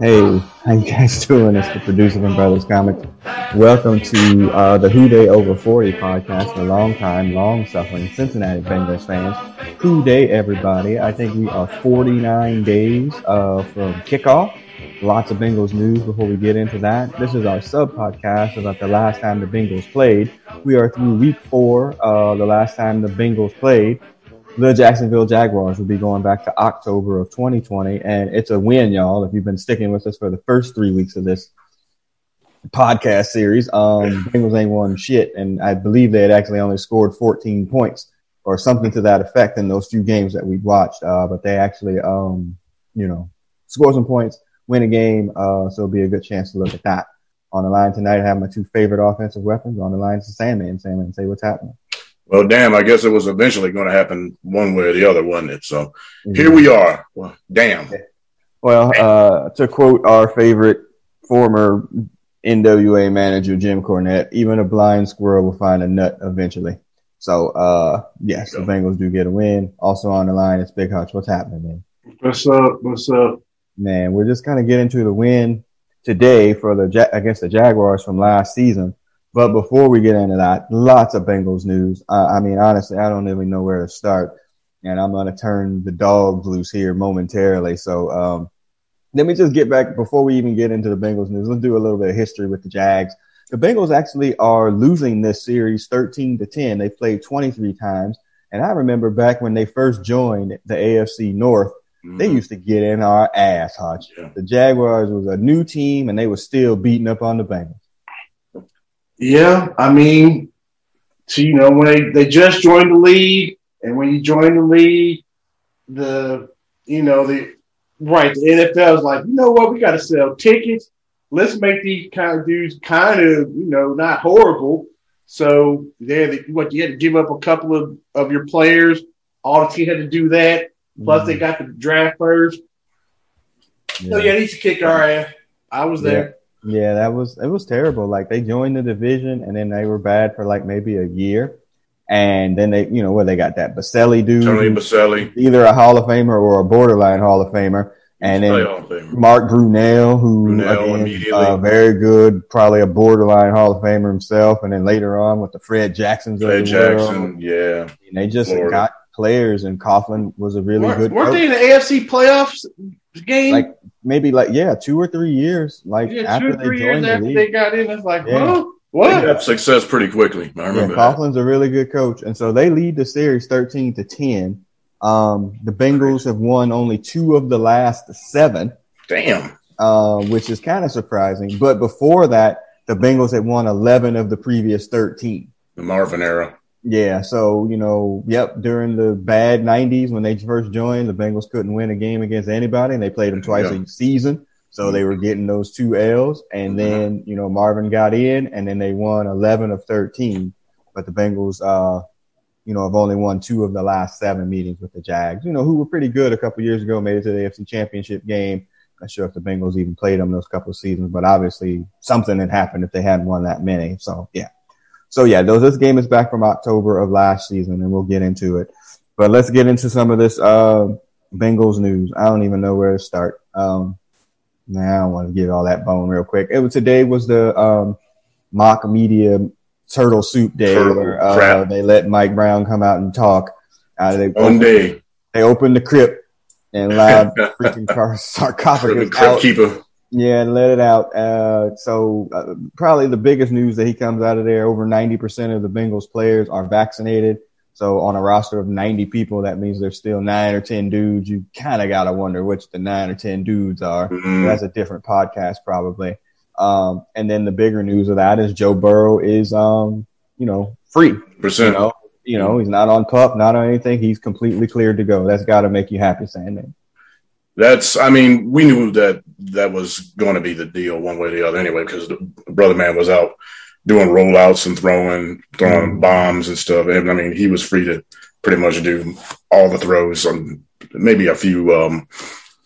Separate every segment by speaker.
Speaker 1: Hey, how you guys doing? It's the producer from Brothers Comics. Welcome to uh, the Who Day Over 40 podcast, the long time, long suffering Cincinnati Bengals fans. Who Day, everybody. I think we are 49 days uh, from kickoff. Lots of Bengals news before we get into that. This is our sub podcast about the last time the Bengals played. We are through week four, uh, the last time the Bengals played the Jacksonville Jaguars will be going back to October of 2020, and it's a win, y'all. If you've been sticking with us for the first three weeks of this podcast series, um, Bengals ain't won shit, and I believe they had actually only scored 14 points or something to that effect in those few games that we watched. Uh, but they actually, um, you know, score some points, win a game, uh, so it'll be a good chance to look at that. On the line tonight, I have my two favorite offensive weapons. On the line is Sandman. Sandman, say what's happening.
Speaker 2: Well, damn, I guess it was eventually going to happen one way or the other, wasn't it? So
Speaker 1: Mm.
Speaker 2: here we are. Well, damn.
Speaker 1: Well, uh, to quote our favorite former NWA manager, Jim Cornette, even a blind squirrel will find a nut eventually. So, uh, yes, the Bengals do get a win. Also on the line is Big Hutch. What's happening, man?
Speaker 3: What's up? What's up?
Speaker 1: Man, we're just going to get into the win today for the ja- against the Jaguars from last season. But before we get into that, lots of Bengals news. Uh, I mean, honestly, I don't even know where to start. And I'm going to turn the dog loose here momentarily. So um, let me just get back before we even get into the Bengals news. Let's do a little bit of history with the Jags. The Bengals actually are losing this series 13 to 10. They played 23 times. And I remember back when they first joined the AFC North,
Speaker 2: Mm.
Speaker 1: they used to get in our ass, Hutch.
Speaker 2: Mm-hmm. Yeah.
Speaker 1: The Jaguars was a new team and they were still beating up on the Bengals.
Speaker 3: Yeah, I mean, so you know when they, they just joined the league, and when you join the league, the you know the right the NFL is like, you know what, we got to sell tickets. Let's make these kind of dudes kind of you know not horrible. So they had to, what you had to give up a couple of of your players. All the team had to do that. Plus,
Speaker 1: Mm-hmm.
Speaker 3: they got the draft first. So yeah, they used to kick our ass. I was
Speaker 1: Yeah.
Speaker 3: there.
Speaker 1: Mm-hmm. Yeah, that was it was terrible. Like they joined the division and then they were bad for like maybe a year. And then they, you know, where they got that Baselli dude,
Speaker 2: Tony
Speaker 1: who's
Speaker 2: Baselli.
Speaker 1: either a Hall of Famer or a borderline Hall of Famer, and then
Speaker 2: Playoff favorite.
Speaker 1: Mark Brunell, who
Speaker 2: Brunell
Speaker 1: again,
Speaker 2: immediately.
Speaker 1: uh, very good, probably a borderline Hall of Famer himself. And then later on with the Fred Jacksons, of
Speaker 2: Jay
Speaker 1: the world.
Speaker 2: Jackson. Yeah.
Speaker 1: And they just
Speaker 2: Florida.
Speaker 1: got players, and Coughlin was a really
Speaker 3: weren't,
Speaker 1: good
Speaker 3: weren't
Speaker 1: coach.
Speaker 3: they in the AFC playoffs game?
Speaker 1: Like, maybe like yeah, two or three years, like
Speaker 3: yeah,
Speaker 1: after
Speaker 3: two
Speaker 1: they
Speaker 3: three years
Speaker 1: joined the
Speaker 3: after
Speaker 1: league.
Speaker 3: they got in, it's like,
Speaker 1: Yeah.
Speaker 3: huh?
Speaker 2: They
Speaker 3: What?
Speaker 2: had success pretty quickly. I
Speaker 1: Yeah,
Speaker 2: remember that.
Speaker 1: Coughlin's a really good coach, and so they lead the series thirteen to ten. Um, the Bengals have won only two of the last seven,
Speaker 2: Damn.
Speaker 1: uh, which is kind of surprising. But before that, the Bengals had won eleven of the previous thirteen.
Speaker 2: The Marvin era.
Speaker 1: Yeah, so you know, yep. During the bad '90s when they first joined, the Bengals couldn't win a game against anybody, and they played them twice
Speaker 2: Yeah.
Speaker 1: a season. So they were getting those two L's, and then you know Marvin got in, and then they won 11 of 13. But the Bengals, uh, you know, have only won two of the last seven meetings with the Jags. You know, who were pretty good a couple years ago, made it to the AFC Championship game. Not sure if the Bengals even played them those couple of seasons, but obviously something had happened if they hadn't won that many. So yeah. So yeah, those this game is back from October of last season, and we'll get into it. But let's get into some of this uh, Bengals news. I don't even know where to start. Um, now I don't want to give all that bone real quick. It was today was the um, mock media turtle soup day
Speaker 2: Turtle
Speaker 1: where uh,
Speaker 2: crap.
Speaker 1: they let Mike Brown come out and talk. Uh, they,
Speaker 2: One
Speaker 1: opened,
Speaker 2: day.
Speaker 1: they opened the crypt and allowed freaking car- sarcophagus
Speaker 2: the
Speaker 1: out.
Speaker 2: crypt keeper.
Speaker 1: Yeah, and let it out. Uh, so uh, probably the biggest news that he comes out of there. Over ninety percent of the Bengals players are vaccinated. So on a roster of ninety people, that means there's still nine or ten dudes. You kind of gotta wonder which the nine or ten dudes are.
Speaker 2: Mm.
Speaker 1: That's a different podcast probably. Um, and then the bigger news of that is Joe Burrow is um, you know free. You
Speaker 2: Percent.
Speaker 1: know, you know he's not on pup, not on anything. He's completely cleared to go. That's gotta make you happy, Sandman.
Speaker 2: That's, I mean, we knew that that was going to be the deal one way or the other anyway, because the brother man was out doing rollouts and throwing, throwing
Speaker 1: Mm-hmm.
Speaker 2: bombs and stuff. And I mean, he was free to pretty much do all the throws on maybe a few, um,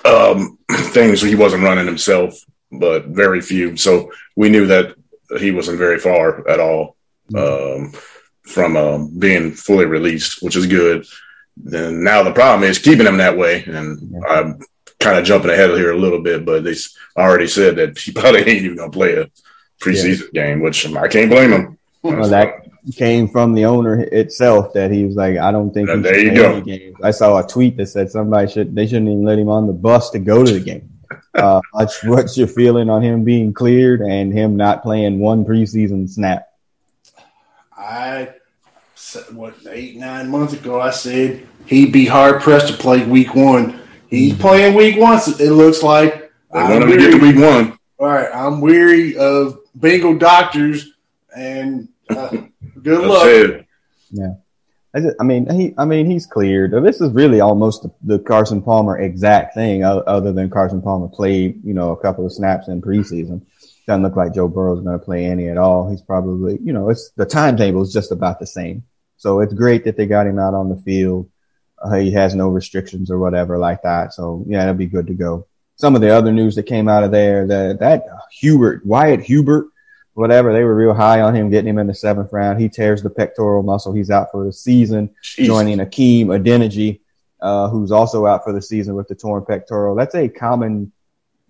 Speaker 2: um, things he wasn't running himself, but very few. So we knew that he wasn't very far at all,
Speaker 1: Mm-hmm.
Speaker 2: um, from, um, being fully released, which is good. Then now the problem is keeping him that way. And I kind of jumping ahead of here a little bit, but they already said that he probably ain't even gonna play a preseason game, which I can't blame him.
Speaker 1: Well, that came from the owner itself that he was like, I don't think
Speaker 2: Now,
Speaker 1: he
Speaker 2: there
Speaker 1: should
Speaker 2: you
Speaker 1: play
Speaker 2: go.
Speaker 1: any games. I saw a tweet that said somebody should they shouldn't even let him on the bus to go to the game. Uh, what's, what's your feeling on him being cleared and him not playing one preseason snap?
Speaker 3: I said, what eight nine months ago I said he'd be hard pressed to play week one.
Speaker 1: Hmm.
Speaker 3: He's playing week one. so It looks like
Speaker 2: They
Speaker 3: I'm
Speaker 2: want him to get
Speaker 3: weary-
Speaker 2: to week one.
Speaker 3: All right, I'm weary of Bengal doctors, and uh, good
Speaker 2: That's
Speaker 3: luck.
Speaker 2: it.
Speaker 1: I, just, I mean, he I mean he's cleared. This is really almost the, the Carson Palmer exact thing, o- other than Carson Palmer played you know a couple of snaps in preseason. Doesn't look like Joe Burrow's going to play any at all. He's probably, you know, it's the timetable is just about the same. So it's great that they got him out on the field. Uh, he has no restrictions or whatever like that. So yeah, that'll be good to go. Some of the other news that came out of there that that uh, Hubert Wyatt Hubert, whatever they were real high on him getting him in the seventh round. He tears the pectoral muscle. He's out for the season
Speaker 2: Jeez.
Speaker 1: joining Akeem Adeniji, uh, who's also out for the season with the torn pectoral. That's a common.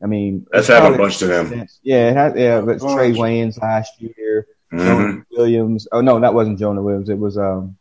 Speaker 1: I mean, it's
Speaker 2: That's happened a
Speaker 1: probably-
Speaker 2: bunch to them.
Speaker 1: Yeah, it has, yeah. But
Speaker 3: Bunch.
Speaker 1: Trey Wayne's last year,
Speaker 2: Mhm.
Speaker 1: Jonah Williams. Oh no, that wasn't Jonah Williams. It was um,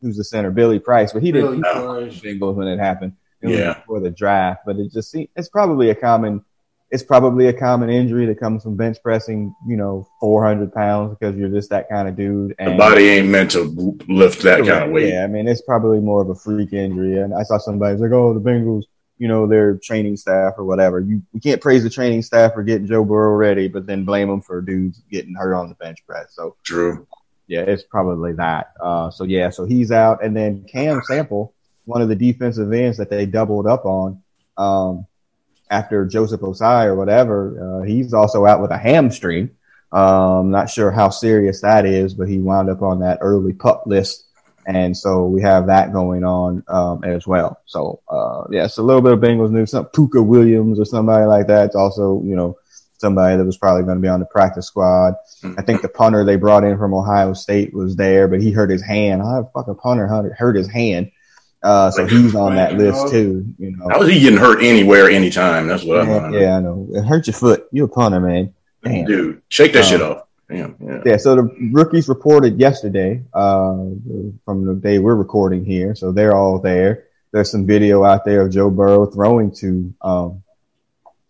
Speaker 1: who's the center, Billy Price. But he didn't
Speaker 3: Really,
Speaker 1: he
Speaker 3: Price.
Speaker 1: Bengals when it happened. It
Speaker 2: Yeah.
Speaker 1: was before the draft, but it just seems it's probably a common it's probably a common injury that comes from bench pressing, you know, four hundred pounds because you're just that kind of dude. And
Speaker 2: The body ain't meant to lift that kind of weight.
Speaker 1: Yeah, I mean it's probably more of a freak injury. And I saw somebody was like, "Oh, the Bengals, you know, their training staff or whatever." You we can't praise the training staff for getting Joe Burrow ready, but then blame them for dudes getting hurt on the bench press. So
Speaker 2: True.
Speaker 1: yeah, it's probably that. Uh, so yeah, so he's out, and then Cam Sample, one of the defensive ends that they doubled up on um, after Joseph Osai or whatever, uh, he's also out with a hamstring. Um, not sure how serious that is, but he wound up on that early pup list, and so we have that going on um, as well. So uh, yeah, it's a little bit of Bengals news. Some Puka Williams or somebody like that. It's also you know somebody that was probably going to be on the practice squad. I think the punter they brought in from Ohio State was there, but he hurt his hand. I fucking punter hurt- hurt his hand, uh, so he's on that list too. You
Speaker 2: How
Speaker 1: know,
Speaker 2: is he getting hurt anywhere, anytime? That's what I'm
Speaker 1: yeah,
Speaker 2: wondering.
Speaker 1: yeah, I know. It hurt your foot. You're a punter, man. Damn.
Speaker 2: Dude, shake that
Speaker 1: Um,
Speaker 2: shit off. Damn. Yeah.
Speaker 1: Yeah, so the rookies reported yesterday uh, from the day we're recording here, so they're all there. There's some video out there of Joe Burrow throwing to um,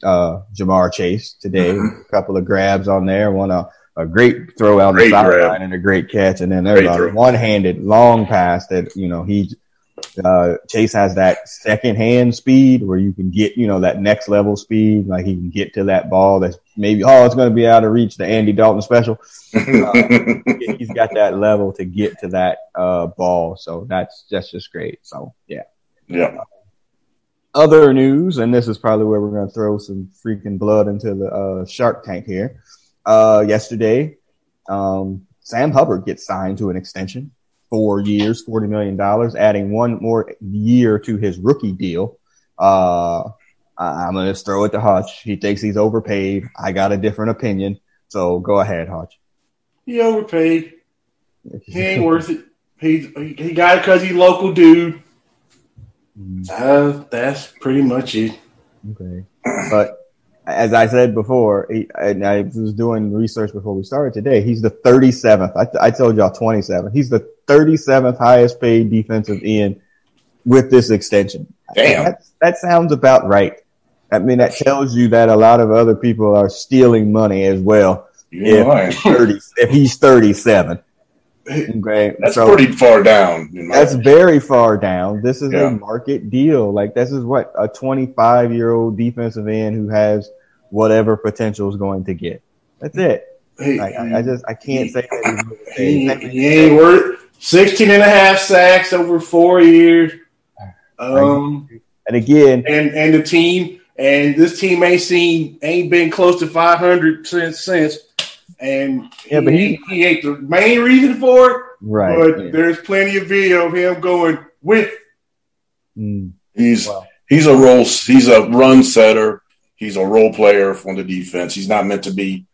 Speaker 1: uh, Jamar Chase today.
Speaker 2: Mhm.
Speaker 1: A couple of grabs on there, one a, a great throw out the
Speaker 2: Great
Speaker 1: sideline
Speaker 2: grab.
Speaker 1: and a great catch, and then there's
Speaker 2: Great
Speaker 1: a
Speaker 2: throw.
Speaker 1: one-handed long pass that you know he uh, Chase has that second hand speed where you can get, you know, that next level speed. Like he can get to that ball that's maybe, oh, it's going to be out of reach, the Andy Dalton special. He's got that level to get to that uh, ball. So that's, that's just great. So, yeah.
Speaker 2: yeah.
Speaker 1: Other news, and this is probably where we're going to throw some freaking blood into the uh, shark tank here. Uh, yesterday, um, Sam Hubbard gets signed to an extension, four years, $40 million, adding one more year to his rookie deal. Uh, I- I'm going to just throw it to Hutch. He thinks he's overpaid. I got a different opinion. So go ahead, Hutch.
Speaker 3: He overpaid. He ain't worth it. He he he got it because he local dude. Uh, that's pretty much it.
Speaker 1: Okay. But as I said before, he, and I was doing research before we started today, he's the 37th. I, I told y'all 27th. He's the 37th highest paid defensive end with this extension.
Speaker 2: Damn.
Speaker 1: That, that sounds about right. I mean, that tells you that a lot of other people are stealing money as well.
Speaker 2: You ain't lying.
Speaker 1: 30, if he's 37. Okay.
Speaker 2: That's
Speaker 1: so-
Speaker 2: pretty far down. In my
Speaker 1: that's very far down. This is
Speaker 2: Yeah.
Speaker 1: a market deal. Like this is what a 25 year old defensive end who has whatever potential is going to get. That's it.
Speaker 3: He,
Speaker 1: Like, I, I just I can't say that.
Speaker 3: he,
Speaker 1: he's-
Speaker 3: he ain't worth 16 and a half sacks over four years. Um,
Speaker 1: And again,
Speaker 3: and and the team and this team ain't seen ain't been close to 500 since since. And
Speaker 1: Yeah, but
Speaker 3: he, he ain't the main reason for it.
Speaker 1: right?
Speaker 3: but
Speaker 1: yeah.
Speaker 3: there's plenty of video of him going with
Speaker 1: Mm,
Speaker 2: he's
Speaker 1: well,
Speaker 2: he's a role he's a run setter. He's a role player on the defense. He's not meant to be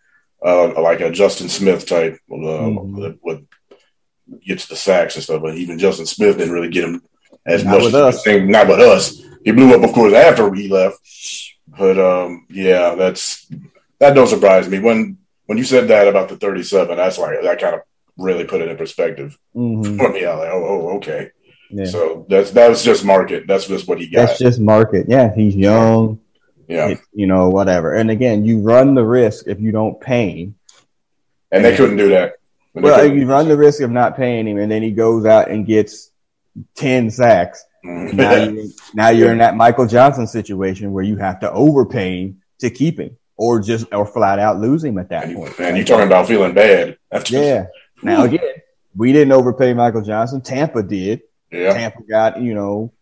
Speaker 2: uh, like a Justin Smith type. Uh,
Speaker 1: Mhm.
Speaker 2: with, with gets the sacks and stuff. But even Justin Smith didn't really get him as
Speaker 1: Not
Speaker 2: much.
Speaker 1: with
Speaker 2: as you
Speaker 1: us.
Speaker 2: think- not with us. He blew up, of course, after he left. But um, yeah, that's that don't surprise me. When when you said that about the 37, that's like that kind of really put it in perspective
Speaker 1: Mhm.
Speaker 2: for me. I like, oh, oh, okay.
Speaker 1: Yeah.
Speaker 2: So that's that was just market. That's just what he got.
Speaker 1: That's just market. Yeah, he's young.
Speaker 2: yeah.
Speaker 1: it- you know, whatever. And again, you run the risk if you don't pay him.
Speaker 2: and they couldn't do that. And they
Speaker 1: Well,
Speaker 2: couldn't-
Speaker 1: you run the risk of not paying him, and then he goes out and gets ten sacks.
Speaker 2: Mhm.
Speaker 1: Now, you, now you're in that Michael Johnson situation where you have to overpay him to keep him, or just or flat out lose him at that
Speaker 2: And you-
Speaker 1: point.
Speaker 2: and you're talking about feeling bad. That's just-
Speaker 1: yeah. Now again, we didn't overpay Michael Johnson. Tampa did.
Speaker 2: yeah.
Speaker 1: Tampa got, you know,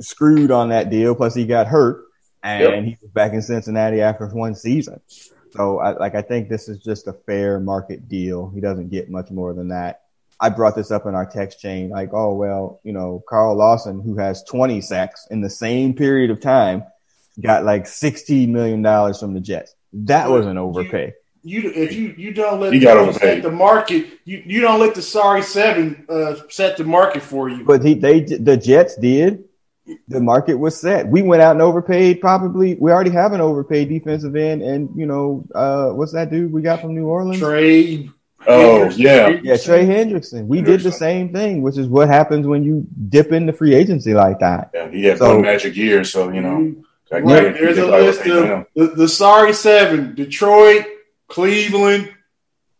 Speaker 1: screwed on that deal. Plus, he got hurt, and
Speaker 2: Yep.
Speaker 1: he was back in Cincinnati after one season. So, I, like, I think this is just a fair market deal. He doesn't get much more than that. I brought this up in our text chain, like, oh well, you know, Carl Lawson, who has 20 sacks in the same period of time, got like 60 million dollars from the Jets. That was an overpay.
Speaker 3: You if you you don't let
Speaker 2: You
Speaker 3: the,
Speaker 2: got overpaid.
Speaker 3: set the market you, you don't let the sorry seven uh, set the market for you.
Speaker 1: But he, they, the Jets did. The market was set. We went out and overpaid. Probably, we already have an overpaid defensive end, and you know, uh, what's that dude we got from New Orleans?
Speaker 3: Trey,
Speaker 2: Oh, yeah.
Speaker 1: Yeah, Trey Hendrickson. We did the
Speaker 2: Hendrickson.
Speaker 1: same thing, which is what happens when you dip into free agency like that.
Speaker 2: yeah. He had
Speaker 1: So-
Speaker 2: one magic year, so, you know. that
Speaker 3: Right,
Speaker 2: game,
Speaker 3: Mm-hmm. there's
Speaker 2: they
Speaker 3: a
Speaker 2: probably
Speaker 3: list
Speaker 2: paid
Speaker 3: of-
Speaker 2: him.
Speaker 3: The, the sorry seven: Detroit, Cleveland,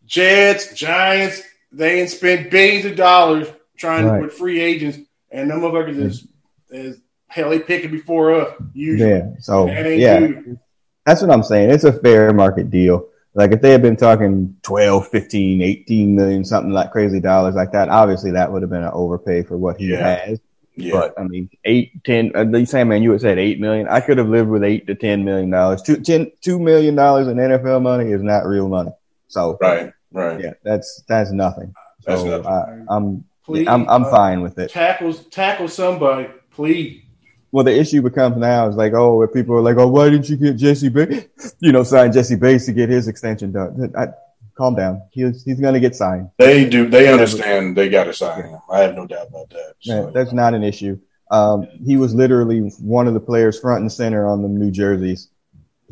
Speaker 3: Jets, Giants. They ain't spent billions of dollars trying
Speaker 1: Right.
Speaker 3: to with free agents, and them motherfuckers is, is hell. They picking before us usually.
Speaker 1: Yeah. So
Speaker 3: That ain't
Speaker 1: yeah,
Speaker 3: you.
Speaker 1: that's what I'm saying. It's a fair market deal. Like if they had been talking 12, 15, 18 million, something like crazy dollars like that, obviously that would have been an overpay for what he
Speaker 2: Yeah.
Speaker 1: has.
Speaker 2: Yeah.
Speaker 1: But I mean, eight, ten. Uh, you saying, man, you had said eight million. I could have lived with eight to ten million dollars. Two, ten, two million dollars in NFL money is not real money. So
Speaker 2: right, right.
Speaker 1: yeah, that's that's nothing. So
Speaker 2: That's nothing.
Speaker 1: I, I'm
Speaker 3: Please,
Speaker 1: I'm I'm
Speaker 3: uh,
Speaker 1: fine with it.
Speaker 3: Tackle tackle somebody, please.
Speaker 1: Well, the issue becomes now is like, oh, if people are like, oh, why didn't you get Jesse Bates? You know, sign Jesse Bates to get his extension done. I, calm down. He's he's gonna get signed.
Speaker 2: They do. They understand. They got to sign him. I have no doubt about that.
Speaker 1: Yeah,
Speaker 2: So,
Speaker 1: that's not an issue. Um, he was literally one of the players front and center on the New Jerseys.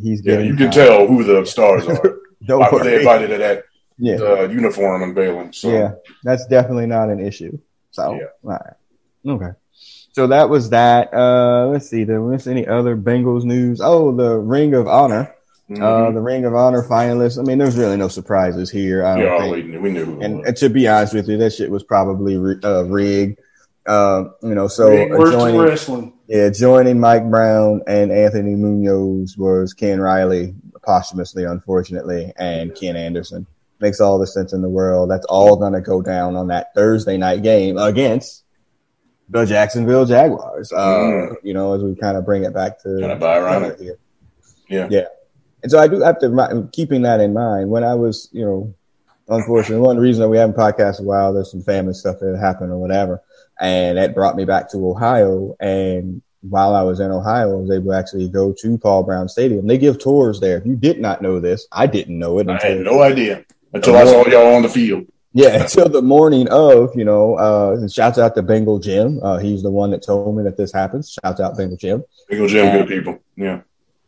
Speaker 1: He's
Speaker 2: yeah,
Speaker 1: getting
Speaker 2: you can
Speaker 1: signed.
Speaker 2: tell who the stars are.
Speaker 1: Don't
Speaker 2: Why were
Speaker 1: worry.
Speaker 2: they invited to that
Speaker 1: Yeah,
Speaker 2: uh, uniform unveiling? So,
Speaker 1: yeah, that's definitely not an issue. So,
Speaker 2: Yeah.
Speaker 1: all right. okay. So that was that. Uh, let's see. There was any other Bengals news? Oh, the Ring of Honor.
Speaker 2: mhm.
Speaker 1: Uh, the Ring of Honor finalists. I mean, there's really no surprises here. I don't
Speaker 2: yeah, uh,
Speaker 1: think.
Speaker 2: we knew. We knew who it
Speaker 1: And,
Speaker 2: was.
Speaker 1: and to be honest with you, that shit was probably ri- uh, rigged. Uh, you know, so
Speaker 3: Rick works
Speaker 1: joining-
Speaker 3: wrestling.
Speaker 1: yeah, joining Mike Brown and Anthony Munoz was Ken Riley, posthumously, unfortunately, and Ken Anderson. Makes all the sense in the world. That's all going to go down on that Thursday night game against the Jacksonville Jaguars. Uh,
Speaker 2: Mm.
Speaker 1: You know, as we kind of bring it back to
Speaker 2: Kind of ironic.
Speaker 1: here.
Speaker 2: Yeah.
Speaker 1: Yeah. And so I do have to, mi- keeping that in mind, when I was, you know, unfortunately, one reason that we haven't podcasted in a while, there's some family stuff that happened or whatever. And that brought me back to Ohio. And while I was in Ohio, I was able to actually go to Paul Brown Stadium. They give tours there. If you did not know this, I didn't know it.
Speaker 2: I
Speaker 1: Until,
Speaker 2: had no idea until I saw y'all on the field.
Speaker 1: yeah, until the morning of, you know, uh, and shouts out to Bengal Jim. Uh, he's the one that told me that this happens. Shouts out Bengal Jim.
Speaker 2: Big old Jim, good people. Yeah.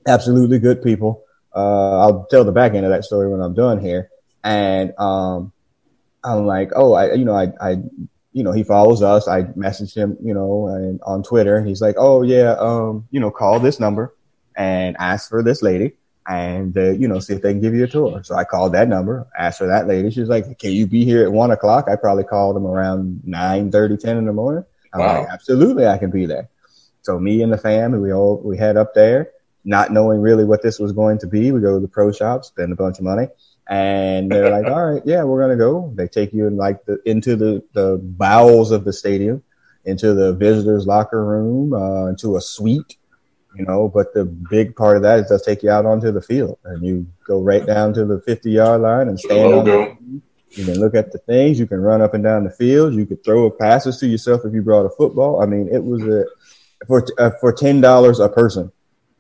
Speaker 1: absolutely good people. Uh, I'll tell the back end of that story when I'm done here. And um, I'm like, oh, I, you know, I, I, you know, he follows us. I messaged him, you know, and on Twitter, and he's like, oh yeah, um, you know, call this number and ask for this lady, and uh, you know, see if they can give you a tour. So I called that number, asked for that lady. She's like, can you be here at one o'clock? I probably called him around nine thirty, ten in the morning. I'm
Speaker 2: Wow.
Speaker 1: like, absolutely, I can be there. So me and the family, we all we head up there not knowing really what this was going to be. We go to the pro shop, spend a bunch of money, and they're like, "All right, yeah, we're gonna go." They take you in like the into the the bowels of the stadium, into the visitors' locker room, uh, into a suite, you know. But the big part of that is they'll take you out onto the field, and you go right down to the fifty yard line and
Speaker 2: So the
Speaker 1: stand. on the-
Speaker 2: logo.
Speaker 1: you can look at the things. You can run up and down the field. You could throw passes to yourself if you brought a football. I mean, it was a for uh, for ten dollars a person.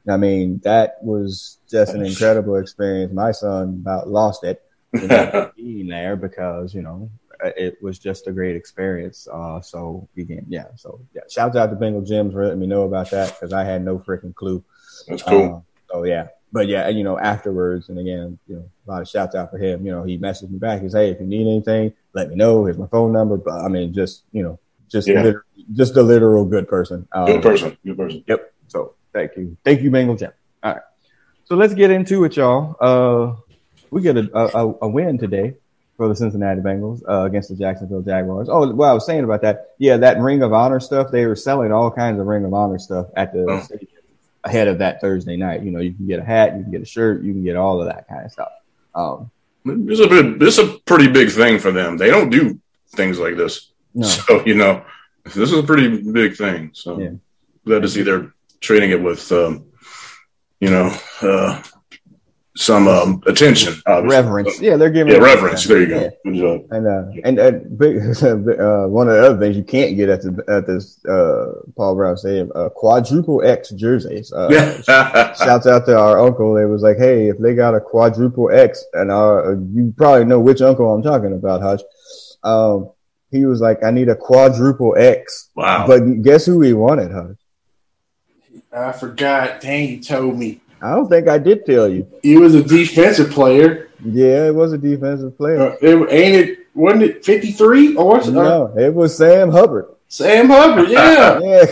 Speaker 1: I mean, that was just an incredible experience. My son about lost it you know, being there because you know it was just a great experience. Uh, so again, yeah. So yeah, shout out to Bengal Gyms for letting me know about that because I had no freaking clue.
Speaker 2: That's cool.
Speaker 1: Uh, so yeah, but yeah, and you know afterwards, and again, you know, a lot of shouts out for him. You know, he messaged me back. He's hey, if you need anything, let me know. Here's my phone number. But I mean, just you know, just
Speaker 2: Yeah.
Speaker 1: liter- just a literal good person. Um,
Speaker 2: Good person. Good person.
Speaker 1: Yep. So thank you. Thank you, Bengal Jim. All right. So let's get into it, y'all. Uh, we get a, a, a win today for the Cincinnati Bengals uh, against the Jacksonville Jaguars. Oh, well, I was saying about that. Yeah, that Ring of Honor stuff. They were selling all kinds of Ring of Honor stuff at the
Speaker 2: Oh.
Speaker 1: stadium ahead of that Thursday night. You know, you can get a hat, you can get a shirt, you can get all of that kind of stuff. Um,
Speaker 2: It's a bit, it's a pretty big thing for them. They don't do things like this.
Speaker 1: no.
Speaker 2: So, you know, this is a pretty big thing. So
Speaker 1: Yeah.
Speaker 2: glad to see they're treating it with, um, you know, uh, some um, attention. obviously.
Speaker 1: Reverence. Yeah, they're giving
Speaker 2: Yeah,
Speaker 1: it-
Speaker 2: reverence. There you go.
Speaker 1: Yeah.
Speaker 2: Good job.
Speaker 1: And uh, and uh, big, uh, one of the other things you can't get at the at this uh, Paul Brown Stadium uh, quadruple X jerseys. Uh,
Speaker 2: yeah.
Speaker 1: Shouts out to our uncle. It was like, hey, if they got a quadruple X, and our, you probably know which uncle I'm talking about, Hutch. Um, he was like, I need a quadruple X.
Speaker 2: wow.
Speaker 1: But guess who he wanted, Hutch?
Speaker 3: I forgot. Dang, you told me.
Speaker 1: I don't think I did tell you.
Speaker 3: He was a defensive player.
Speaker 1: Yeah, it was a defensive player.
Speaker 3: Uh, it, ain't it? Wasn't it 53? Or what's uh,
Speaker 1: No, it was Sam Hubbard.
Speaker 3: Sam Hubbard, yeah.
Speaker 1: Yeah,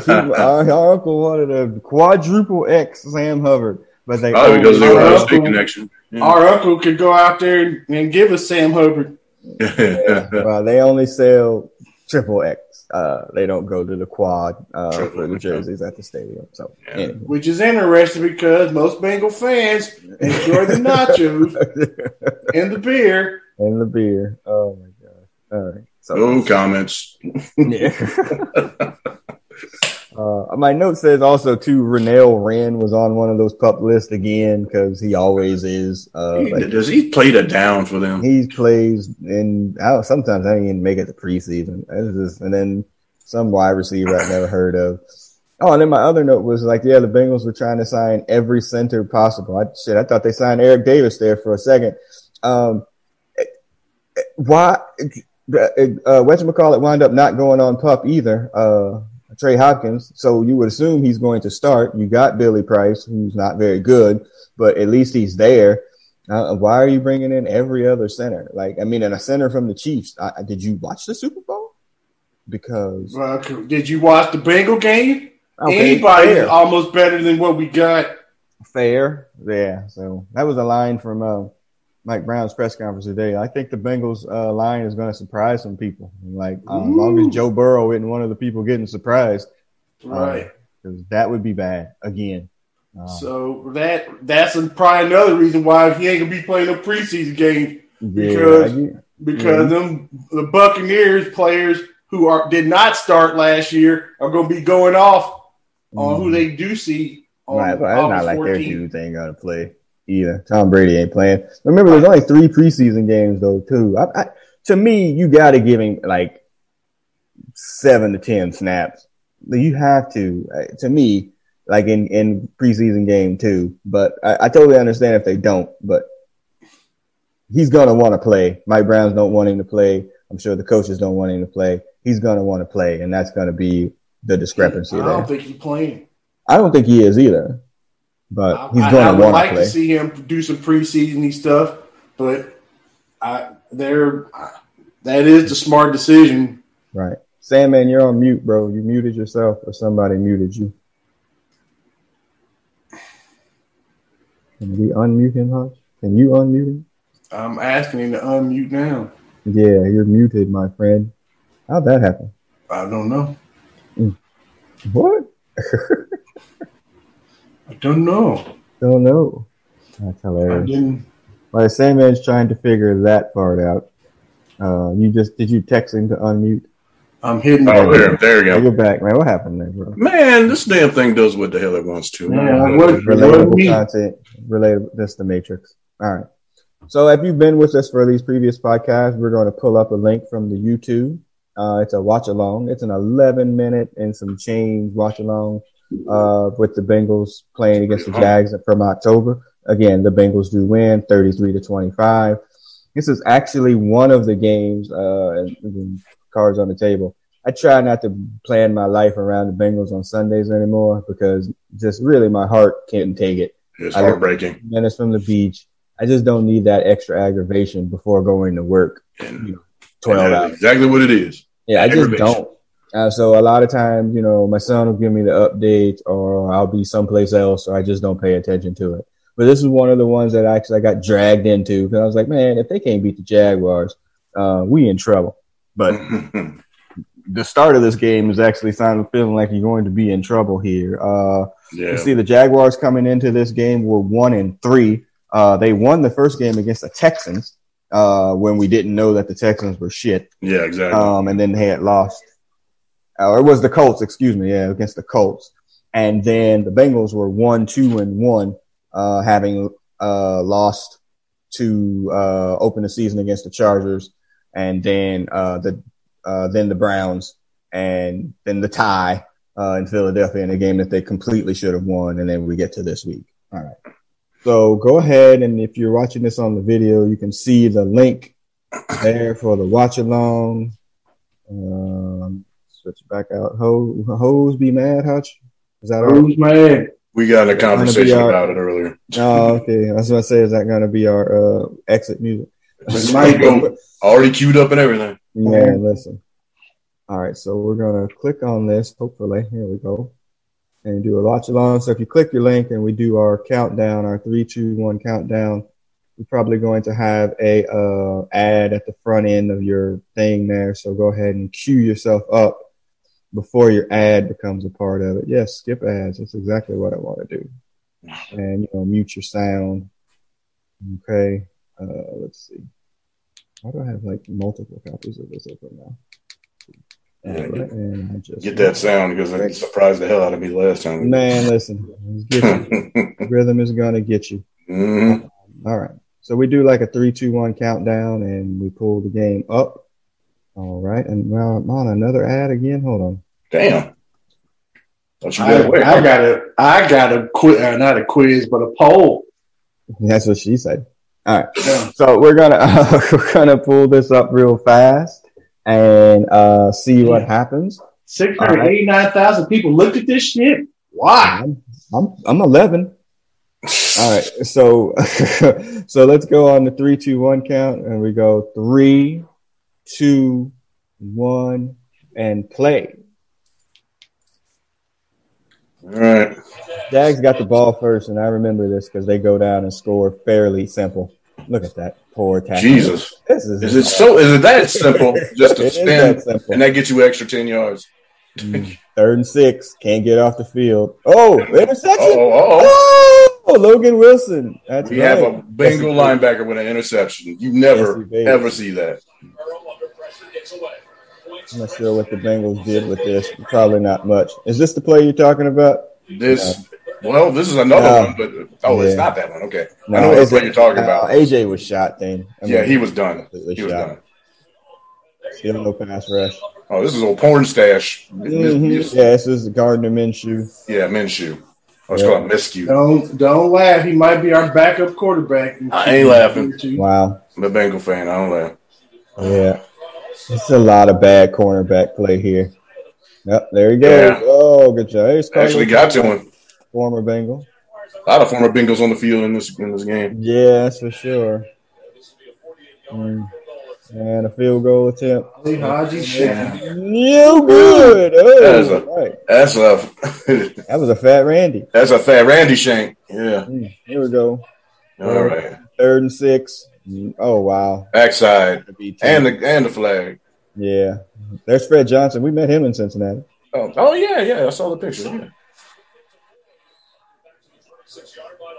Speaker 1: He- our, our uncle wanted a quadruple X Sam Hubbard, but they
Speaker 2: oh, because they
Speaker 1: only-
Speaker 2: were
Speaker 3: Oh,
Speaker 2: a
Speaker 3: cool.
Speaker 2: state connection.
Speaker 1: Mm-hmm.
Speaker 2: Yeah.
Speaker 3: Our uncle could go out there and, and give us Sam Hubbard.
Speaker 1: yeah, well, they only sell triple X. Uh, they don't go to the quad uh,
Speaker 2: Triple,
Speaker 1: for the
Speaker 2: okay.
Speaker 1: jerseys at the stadium. So
Speaker 2: Yeah.
Speaker 1: anyway.
Speaker 3: Which is interesting because most Bengal fans enjoy the nachos and the beer.
Speaker 1: and the beer. Oh my god! All right, so
Speaker 2: no comments.
Speaker 1: yeah. Uh, my note says also too. Renell Wren was on one of those pup lists again because he always is. Uh, like,
Speaker 2: Does he play a down for them?
Speaker 1: he plays in I don't- sometimes I didn't even make it to preseason. It's just- and then some wide receiver I've never heard of. Oh, and then my other note was like, yeah, the Bengals were trying to sign every center possible. I, shit, I thought they signed Eric Davis there for a second. Um, eh, eh, why? eh, Uh, Wes McCall wound up not going on pup either. Uh, Trey Hopkins. So you would assume he's going to start. You got Billy Price, who's not very good, but at least he's there. Uh, why are you bringing in every other center? Like, I mean, and a center from the Chiefs. I, I- did you watch the Super Bowl? Because
Speaker 3: Well, c- did you watch the Bengal game?
Speaker 1: Okay,
Speaker 3: Anybody
Speaker 1: fair.
Speaker 3: is almost better than what we got.
Speaker 1: fair, yeah. So that was a line from uh, Mike Brown's press conference today. I think the Bengals uh, line is going to surprise some people. Like, uh, as long
Speaker 3: Ooh.
Speaker 1: as Joe Burrow isn't one of the people getting surprised,
Speaker 3: Right.
Speaker 1: 'cause that would be bad again. Uh,
Speaker 3: so that that's a, probably another reason why he ain't gonna be playing a preseason game
Speaker 1: yeah,
Speaker 3: because-
Speaker 1: I get-
Speaker 3: because
Speaker 1: Mm-hmm.
Speaker 3: them the Buccaneers players who are did not start last year are gonna be going off on
Speaker 1: Mm-hmm.
Speaker 3: who they do see on
Speaker 1: Mm. Right, but it's
Speaker 3: August
Speaker 1: not like their
Speaker 3: 14th.
Speaker 1: dudes ain't gonna play either. Tom Brady ain't playing. Remember, there's only three preseason games though, too. I, I, to me, you gotta give him like seven to ten snaps. You have to. Uh, To me, like in in preseason game two. But I, I totally understand if they don't. But he's gonna want to play. Mike Browns don't want him to play. I'm sure the coaches don't want him to play. He's gonna want to play, and that's gonna be the discrepancy
Speaker 3: I
Speaker 1: there.
Speaker 3: don't think he's playing.
Speaker 1: I don't think he is either, but he's
Speaker 3: I, I
Speaker 1: going
Speaker 3: would
Speaker 1: to want
Speaker 3: like
Speaker 1: to play.
Speaker 3: to see him do some preseason stuff, but I there that is the smart decision.
Speaker 1: right, Sandman, you're on mute, bro. You muted yourself, or somebody muted you. Can we unmute him, Hutch? Can you unmute him?
Speaker 3: I'm asking him to unmute now.
Speaker 1: Yeah, you're muted, my friend. How'd that happen?
Speaker 3: I don't know.
Speaker 1: What?
Speaker 3: I don't know.
Speaker 1: Don't know. That's
Speaker 3: I
Speaker 1: hilarious.
Speaker 3: didn't.
Speaker 1: Well, Sandman's trying to figure that part out. Uh, you just did you text him to unmute?
Speaker 3: I'm hitting.
Speaker 2: Oh, there, there you
Speaker 1: Yeah.
Speaker 2: go.
Speaker 1: You're back, man. What happened there, bro?
Speaker 2: Man, this damn thing does what the hell it wants to.
Speaker 3: Man, what-
Speaker 1: relatable
Speaker 3: me.
Speaker 1: content, relatable. That's the matrix. All right. So if you've been with us for these previous podcasts, we're going to pull up a link from the YouTube. Uh, it's a watch along. It's an 11 minute and some change watch along uh, with the Bengals playing against the Jags from October. Again, the Bengals do win 33 to 25. This is actually one of the games uh, and the cards on the table. I try not to plan my life around the Bengals on Sundays anymore because just really my heart can't take it.
Speaker 2: It's
Speaker 1: I-
Speaker 2: heartbreaking.
Speaker 1: Minutes from the beach. I just don't need that extra aggravation before going to work
Speaker 2: And,
Speaker 1: twelve
Speaker 2: and
Speaker 1: hours.
Speaker 2: that's exactly what it is.
Speaker 1: Yeah, I just
Speaker 2: Aggravation.
Speaker 1: don't. Uh, so a lot of times, you know, my son will give me the update, or I'll be someplace else, or I just don't pay attention to it. But this is one of the ones that I actually got dragged into because I was like, man, if they can't beat the Jaguars, uh, we in trouble. But the start of this game is actually sounding feeling like you're going to be in trouble here. Uh, you
Speaker 2: yeah.
Speaker 1: see the Jaguars coming into this game were one and three. Uh, they won the first game against the Texans uh, when we didn't know that the Texans were shit
Speaker 2: Yeah, exactly.
Speaker 1: um, and then they had lost. Or it was the Colts, excuse me, yeah, against the Colts. And then the Bengals were one, two, and one, uh, having uh, lost to uh, open the season against the Chargers, and then uh, the uh, then the Browns, and then the tie uh, in Philadelphia in a game that they completely should have won, and then we get to this week. All right. So go ahead, and if you're watching this on the video, you can see the link there for the watch along. Um, switch back out. Ho- Hoes be mad, Hutch. Is that all? right?
Speaker 3: Who's man?
Speaker 2: we got in a
Speaker 1: gonna be uh,
Speaker 2: conversation
Speaker 1: our-
Speaker 2: about it earlier.
Speaker 1: Oh, okay. I was gonna say, is that gonna be our uh, exit music?
Speaker 2: It's like, oh, already queued up and everything.
Speaker 1: Yeah, listen. All right, so we're gonna click on this. Hopefully, here we go, and do a watch along. So if you click your link and we do our countdown, our three, two, one countdown, we're probably going to have a uh, ad at the front end of your thing there. So go ahead and cue yourself up before your ad becomes a part of it. Yes, skip ads. That's exactly what I want to do. And you know, mute your sound. Okay. Uh, let's see. Why do I have like multiple copies of this open now?
Speaker 2: Yeah,
Speaker 1: All right, and I just
Speaker 2: Get that sound because it surprised the hell out of me last time.
Speaker 1: Man, listen, it's getting- rhythm is gonna get you.
Speaker 2: Mhm.
Speaker 1: All right. So we do like a three, two, one countdown, and we pull the game up. All right, and now I'm on another ad again. Hold on.
Speaker 2: Damn. Thought you
Speaker 3: I,
Speaker 2: got away.
Speaker 3: I got a I got a quiz, uh, not a quiz, but a poll.
Speaker 1: That's what she said.
Speaker 3: Yeah.
Speaker 1: So we're gonna we're gonna pull this up real fast and uh, see what happens.
Speaker 3: Six hundred eighty nine thousand people looked at this shit. Why?
Speaker 1: I'm I'm, I'm eleven. All right, so so let's go on the three, two, one count, and we go three, two, one, and play.
Speaker 2: All right.
Speaker 1: Jags got the ball first, and I remember this because they go down and score fairly simple. Look at that poor tackle.
Speaker 2: Jesus.
Speaker 1: this is,
Speaker 2: Is it so? Is it that simple? Just to
Speaker 1: It is
Speaker 2: spin,
Speaker 1: that simple.
Speaker 2: and that gets you extra ten yards.
Speaker 1: Mm, Third and six, can't get off the field. Oh,
Speaker 2: Oh,
Speaker 1: interception!
Speaker 2: oh,
Speaker 1: Oh, Logan Wilson.
Speaker 2: oh.
Speaker 1: That's
Speaker 2: we
Speaker 1: right.
Speaker 2: have a Bengal
Speaker 1: That's
Speaker 2: linebacker with an interception.
Speaker 1: Yes,
Speaker 2: You
Speaker 1: he
Speaker 2: never
Speaker 1: did.
Speaker 2: ever see that.
Speaker 1: I'm not sure what the Bengals did with this. Probably not much. Is this the play you're talking about?
Speaker 2: This, well, this is another
Speaker 1: No.
Speaker 2: one, but oh, it's
Speaker 1: Yeah.
Speaker 2: not that one. Okay, I know what
Speaker 1: it's-
Speaker 2: play you're talking
Speaker 1: uh,
Speaker 2: about.
Speaker 1: AJ was shot. Then I
Speaker 2: yeah,
Speaker 1: mean,
Speaker 2: he was done.
Speaker 1: completely
Speaker 2: He was
Speaker 1: shot.
Speaker 2: done.
Speaker 1: Still no pass rush.
Speaker 2: Oh, this is old porn stash. Mis-
Speaker 1: Mhm.
Speaker 2: mis-
Speaker 1: Yeah, this is Gardner Minshew.
Speaker 2: yeah, Minshew. I was
Speaker 1: Yeah.
Speaker 2: called Miscue.
Speaker 3: Don't don't laugh. He might be our backup quarterback.
Speaker 2: I ain't laughing.
Speaker 1: Wow.
Speaker 2: I'm a Bengal fan. I don't laugh.
Speaker 1: Yeah. It's a lot of bad cornerback play here. Yep, there he goes.
Speaker 2: Yeah.
Speaker 1: Oh, good job. Here's Carlos
Speaker 2: Actually, got to one.
Speaker 1: Former Bengal.
Speaker 2: A lot of former Bengals on the field in this in this game.
Speaker 1: Yeah, that's for sure. Mm. And a field goal attempt.
Speaker 3: Ali Haji shit.
Speaker 1: No good. Oh,
Speaker 2: That is a-
Speaker 1: right.
Speaker 2: That's a
Speaker 1: that was a fat Randy.
Speaker 2: that's a fat Randy Shank. Yeah.
Speaker 1: Mm, Here we go.
Speaker 2: All right.
Speaker 1: Third and six. Mm, Oh, wow.
Speaker 2: Backside and
Speaker 1: And
Speaker 2: the and the flag.
Speaker 1: yeah. There's Fred Johnson. We met him in Cincinnati.
Speaker 2: Oh, oh yeah, yeah. I saw the picture. Yeah.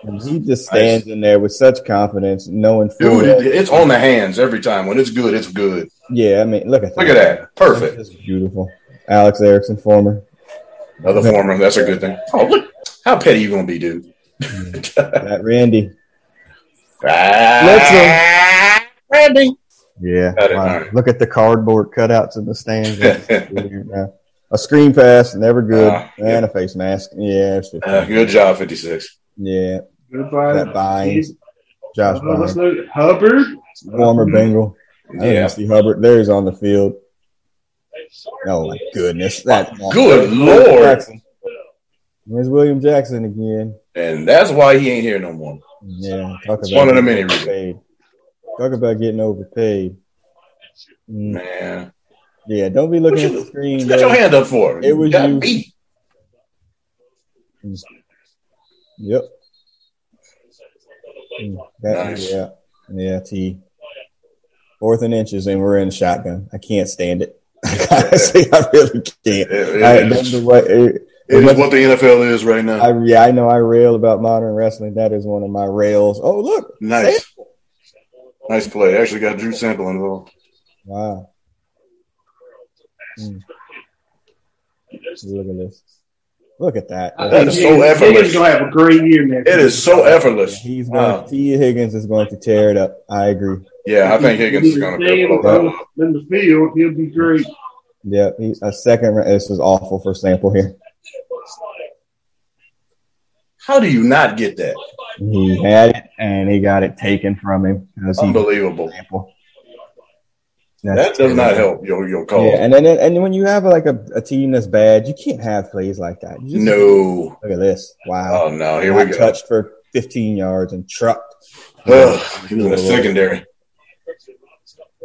Speaker 1: And he just stands in there with such confidence, knowing full
Speaker 2: Dude,
Speaker 1: well-
Speaker 2: it, it's on the hands every time. When it's good, it's good.
Speaker 1: Yeah, I mean, look at that.
Speaker 2: Look at that. Perfect.
Speaker 1: That's just beautiful. Alex Erickson, former.
Speaker 2: Another former. That's a good thing. Oh, look. How petty you gonna be, dude?
Speaker 1: That Randy.
Speaker 2: Ah, Randy.
Speaker 1: Yeah.
Speaker 2: Got it.
Speaker 1: wow.
Speaker 2: All right.
Speaker 1: Look at the cardboard cutouts in the stands. a screen pass, never good,
Speaker 2: Uh,
Speaker 1: and
Speaker 2: yeah.
Speaker 1: a face mask. Yeah, it's just-
Speaker 2: Uh, good job, fifty six.
Speaker 1: yeah.
Speaker 3: Goodbye.
Speaker 1: That binds Josh
Speaker 3: Uh, let's
Speaker 1: Brown,
Speaker 3: look at Hubbard.
Speaker 1: former
Speaker 2: Mhm.
Speaker 1: Bengal. I didn't
Speaker 2: Yeah.
Speaker 1: see Hubbard. There he's on the field. Oh my goodness! That
Speaker 2: Good Lord.
Speaker 1: Jackson. There's William Jackson again.
Speaker 2: And that's why he ain't here no more.
Speaker 1: Yeah, talk about
Speaker 2: One of the many
Speaker 1: getting overpaid. Talk about getting overpaid. Mm,
Speaker 2: Man.
Speaker 1: Yeah, don't be looking
Speaker 2: What
Speaker 1: at
Speaker 2: you-
Speaker 1: the screen.
Speaker 2: Got your
Speaker 1: though.
Speaker 2: hand up for it.
Speaker 1: Mm. It was
Speaker 2: got
Speaker 1: you.
Speaker 2: beat.
Speaker 1: Mm. Yep. Mm, that-
Speaker 2: Nice.
Speaker 1: Yeah, yeah. T. Fourth and inches, and we're in shotgun. I can't stand it. Honestly, I really can't.
Speaker 2: It- it
Speaker 1: I,
Speaker 2: is-
Speaker 1: that's the way. It,
Speaker 2: it is what the NFL is right
Speaker 1: I,
Speaker 2: now.
Speaker 1: yeah, I know. I rail about modern wrestling. That is one of my rails. Oh, look!
Speaker 2: Nice. Nice play. Actually got Drew Sample involved.
Speaker 1: Wow. Mm. Look at this. Look at that.
Speaker 3: I
Speaker 2: That
Speaker 3: think
Speaker 2: is so
Speaker 3: Higgins-
Speaker 2: effortless.
Speaker 3: Higgins gonna have a great year next
Speaker 2: It
Speaker 3: year.
Speaker 2: is so effortless.
Speaker 1: He's going.
Speaker 2: Wow.
Speaker 1: to T. Higgins is going to tear it up. I agree.
Speaker 2: Yeah, I think Higgins is going
Speaker 3: Stay in
Speaker 2: to
Speaker 3: the, in the field. He'll be great.
Speaker 1: Yeah, he, a second. ra- This is awful for sample here.
Speaker 2: How do you not get that?
Speaker 1: He had it and he got it taken from him because he
Speaker 2: Unbelievable.
Speaker 1: sample.
Speaker 2: That does not help your your call.
Speaker 1: Yeah, and then and when you have like a, a team that's bad, you can't have plays like that. You just-
Speaker 2: No.
Speaker 1: Look at this. Wow.
Speaker 2: Oh no, here we
Speaker 1: Got
Speaker 2: go.
Speaker 1: touched for 15 yards and trucked.
Speaker 2: Ugh, he was in the secondary.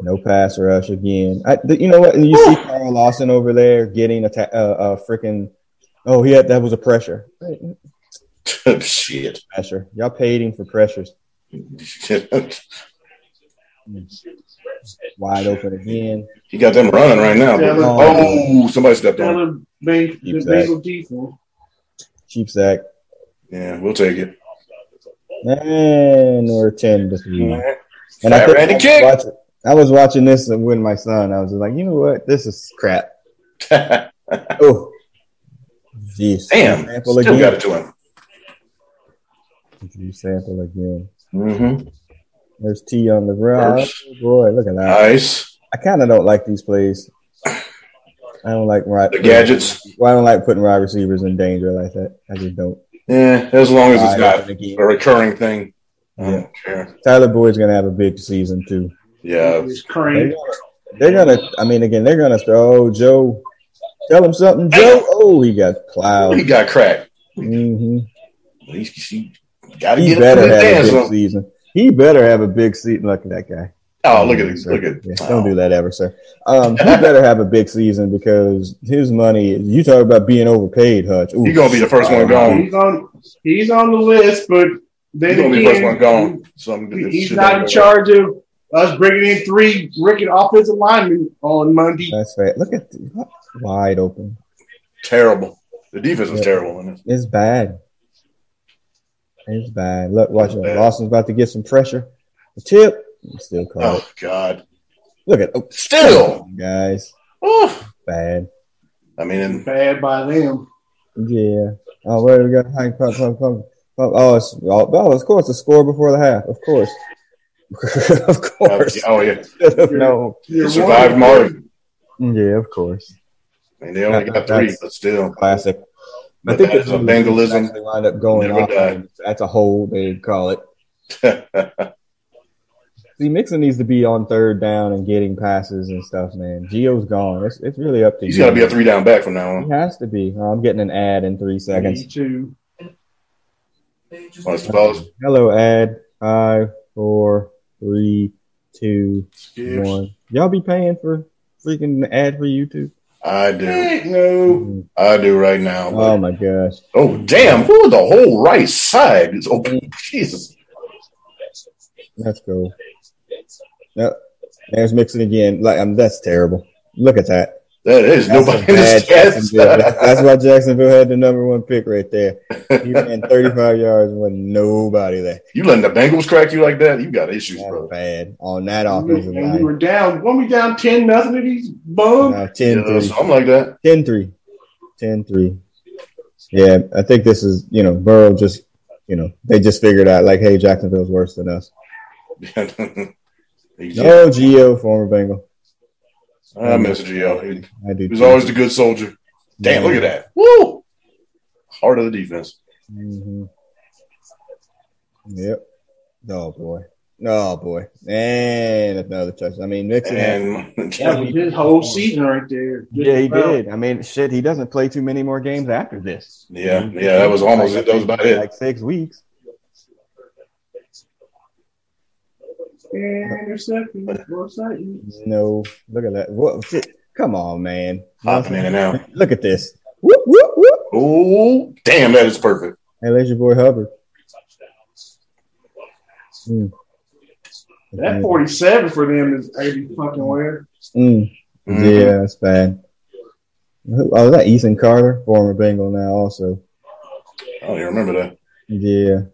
Speaker 1: No pass rush again. I, th- you know what? You see Carl Lawson over there getting a ta- uh, uh, freaking. Oh, yeah, that was a pressure.
Speaker 2: Shit.
Speaker 1: Pressure. Y'all paid him for pressures.
Speaker 2: he
Speaker 1: Wide open again.
Speaker 2: got them running right now. but-
Speaker 1: Oh.
Speaker 2: oh, somebody stepped
Speaker 3: Tell
Speaker 2: on. it.
Speaker 3: him Bengals
Speaker 1: Keep
Speaker 3: defense.
Speaker 1: Cheap sack.
Speaker 2: Yeah, we'll take it.
Speaker 1: And we're 10 this week. And I,
Speaker 2: Fat
Speaker 1: think I,
Speaker 2: Randy
Speaker 1: was
Speaker 2: kick.
Speaker 1: watching, I was watching this with my son. I was just like, you know what? This is crap. Oh, jeez.
Speaker 2: Damn.
Speaker 1: Sample
Speaker 2: Still got
Speaker 1: again.
Speaker 2: it to him.
Speaker 1: Drew Sample again.
Speaker 2: Mm-hmm.
Speaker 1: There's T on the ground.
Speaker 2: First.
Speaker 1: Oh, boy, look at that.
Speaker 2: Nice.
Speaker 1: I kind of don't like these plays. I don't like right.
Speaker 2: The gadgets.
Speaker 1: Well, I don't like putting wide receivers in danger like that. I just don't.
Speaker 2: Yeah, as long as it's
Speaker 1: Wide
Speaker 2: not
Speaker 1: open again.
Speaker 2: a recurring thing. I don't care.
Speaker 1: Tyler Boyd's gonna have a big season too.
Speaker 2: Yeah.
Speaker 3: It's
Speaker 1: They're
Speaker 3: Crane.
Speaker 1: gonna, they're gonna. I mean, again, they're gonna throw. Oh, Joe, tell him something, Joe. Oh, he got
Speaker 2: He
Speaker 1: plowed.
Speaker 2: got cracked.
Speaker 1: hmm
Speaker 2: He, he, got to
Speaker 1: He
Speaker 2: get
Speaker 1: better
Speaker 2: it to the
Speaker 1: have
Speaker 2: dance.
Speaker 1: a big
Speaker 2: zone.
Speaker 1: season. He better have a big season. Look at that guy.
Speaker 2: Oh, look at this.
Speaker 1: Sir.
Speaker 2: Look at
Speaker 1: Yeah, Don't do that ever, sir. Um, he better have a big season because his money. You talk about being overpaid, Hutch. Ooh,
Speaker 2: You're going to be the first one gone.
Speaker 3: He's on. He's on the list, but
Speaker 2: You're
Speaker 3: then
Speaker 2: going to be the first
Speaker 3: again,
Speaker 2: one gone. So
Speaker 3: he-
Speaker 2: I'm gonna-
Speaker 3: he's
Speaker 2: shit
Speaker 3: not
Speaker 2: out
Speaker 3: in
Speaker 2: of
Speaker 3: charge of us bringing in three wicked offensive linemen on Monday.
Speaker 1: That's right. Look at the, wide open.
Speaker 2: Terrible. The defense was
Speaker 1: Yeah.
Speaker 2: terrible in this.
Speaker 1: It's bad. It's bad. Look, watch it.
Speaker 2: Bad.
Speaker 1: Lawson's about to get some pressure. The tip still caught. it.
Speaker 2: Oh, God.
Speaker 1: Look at oh,
Speaker 2: Still.
Speaker 1: guys.
Speaker 2: Oh.
Speaker 1: Bad.
Speaker 2: I mean, and
Speaker 3: Bad by them.
Speaker 1: Yeah. Oh, where we got hang pump pump pump. pump. Oh, it's, oh, oh, of course, the score before the half. Of course. of
Speaker 2: Oh,
Speaker 1: course.
Speaker 2: oh, yeah.
Speaker 1: no.
Speaker 2: They
Speaker 3: You're
Speaker 2: survived
Speaker 3: one.
Speaker 2: Marvin.
Speaker 1: Yeah, of course.
Speaker 2: I mean, they only got three, but still.
Speaker 1: Classic.
Speaker 2: But that is a vandalism.
Speaker 1: They wind up going
Speaker 2: Never
Speaker 1: off.
Speaker 2: die.
Speaker 1: That's a hole they call it.
Speaker 2: yeah,
Speaker 1: See, Mixon needs to be on third down and getting passes and stuff, man. Geo's gone. It's, it's really up to
Speaker 2: he's
Speaker 1: you.
Speaker 2: got to be a three down back from now
Speaker 1: He
Speaker 2: on.
Speaker 1: has to be. Oh, I'm getting an ad in three
Speaker 3: Me
Speaker 1: seconds.
Speaker 3: too.
Speaker 2: I suppose.
Speaker 1: Hello, ad. Five, four, three, two, one. Y'all be paying for freaking ad for YouTube?
Speaker 2: I do.
Speaker 3: Heck no.
Speaker 1: Mm.
Speaker 2: I do right now.
Speaker 1: Oh
Speaker 2: but-
Speaker 1: my gosh.
Speaker 2: oh, damn. Who the whole right side is open? Jesus.
Speaker 1: Let's go. Yep. There's Mixon again. Like um, that's terrible. Look at that.
Speaker 2: That is
Speaker 1: That's
Speaker 2: nobody
Speaker 1: a
Speaker 2: in
Speaker 1: bad
Speaker 2: this cast.
Speaker 1: Jacksonville. That's why Jacksonville had the number one pick right there. He ran 35 yards with nobody there.
Speaker 2: You letting the Bengals crack you like that? You got issues,
Speaker 1: That's
Speaker 2: bro.
Speaker 1: bad on that
Speaker 3: And we,
Speaker 1: offensive
Speaker 3: and we
Speaker 1: line.
Speaker 3: were down. Weren't we down ten nothing to these bums?
Speaker 1: No,
Speaker 2: Yeah,
Speaker 1: 10-3.
Speaker 2: something like that.
Speaker 1: 10-3. 10-3. Yeah, I think this is, you know, Burrow just, you know, they just figured out, like, hey, Jacksonville's worse than us.
Speaker 2: yeah.
Speaker 1: Oh, Gio, former Bengal.
Speaker 2: I miss Gio. He,
Speaker 1: I do.
Speaker 2: he was
Speaker 1: too.
Speaker 2: always the good soldier. Damn, look at that. Woo! Heart of the defense.
Speaker 1: Mhm. Mm-hmm. Yep. Oh boy. Oh boy. And another touchdown. I mean, Mixon had
Speaker 2: And
Speaker 3: That was his whole season right there. Just
Speaker 1: Yeah, he
Speaker 3: about.
Speaker 1: did. I mean, shit, he doesn't play too many more games after this.
Speaker 2: Yeah, yeah, that was almost it. That was about it.
Speaker 1: Like six weeks.
Speaker 3: Yeah, interception. What's that?
Speaker 1: No, look at that. What? Shit. Come on, man.
Speaker 2: popping in and out.
Speaker 1: Look at this. Whoop whoop whoop.
Speaker 2: Oh, damn, that is perfect.
Speaker 1: Hey, there's your boy Hubbard. Mm.
Speaker 3: That 47 for them is every fucking where.
Speaker 1: Mm.
Speaker 2: Mhm.
Speaker 1: Yeah, that's bad. Who- Oh, is that Ethan Carter, former Bengal now also.
Speaker 2: I don't even remember that.
Speaker 1: Yeah,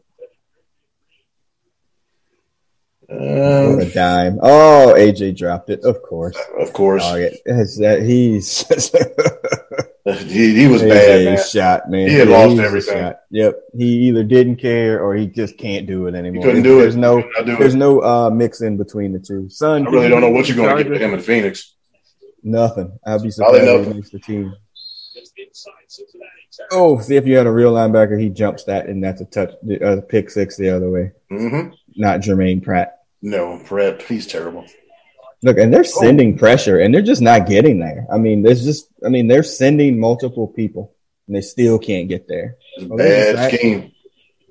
Speaker 1: what a
Speaker 2: Uh,
Speaker 1: dime. Oh, AJ dropped it, of course.
Speaker 2: of course,
Speaker 1: Oh, yeah. That's- that, he's
Speaker 2: he, he was
Speaker 1: AJ
Speaker 2: bad. Man.
Speaker 1: shot, man.
Speaker 2: He had lost
Speaker 1: he's a
Speaker 2: everything.
Speaker 1: shot. Yep, he either didn't care or he just can't do it anymore.
Speaker 2: He couldn't do
Speaker 1: There's
Speaker 2: it.
Speaker 1: no,
Speaker 2: I, do
Speaker 1: there's
Speaker 2: it.
Speaker 1: no uh, mix in between the two. Son,
Speaker 2: I really don't know what you're going to get
Speaker 1: Chargers?
Speaker 2: with him in Phoenix.
Speaker 1: Nothing. I'd be
Speaker 2: Probably
Speaker 1: surprised if he
Speaker 2: nothing.
Speaker 1: makes the team. Oh, see if you had a real linebacker, he jumps that, and that's a touch, a pick six the other way.
Speaker 2: hmm
Speaker 1: Not Jermaine Pratt.
Speaker 2: No, Prep, he's terrible.
Speaker 1: Look, and they're sending pressure, and they're just not getting there. I mean, there's just, I mean, they're sending multiple people, and they still can't get there.
Speaker 2: It's a
Speaker 1: Oh,
Speaker 2: bad
Speaker 1: that's right.
Speaker 2: scheme.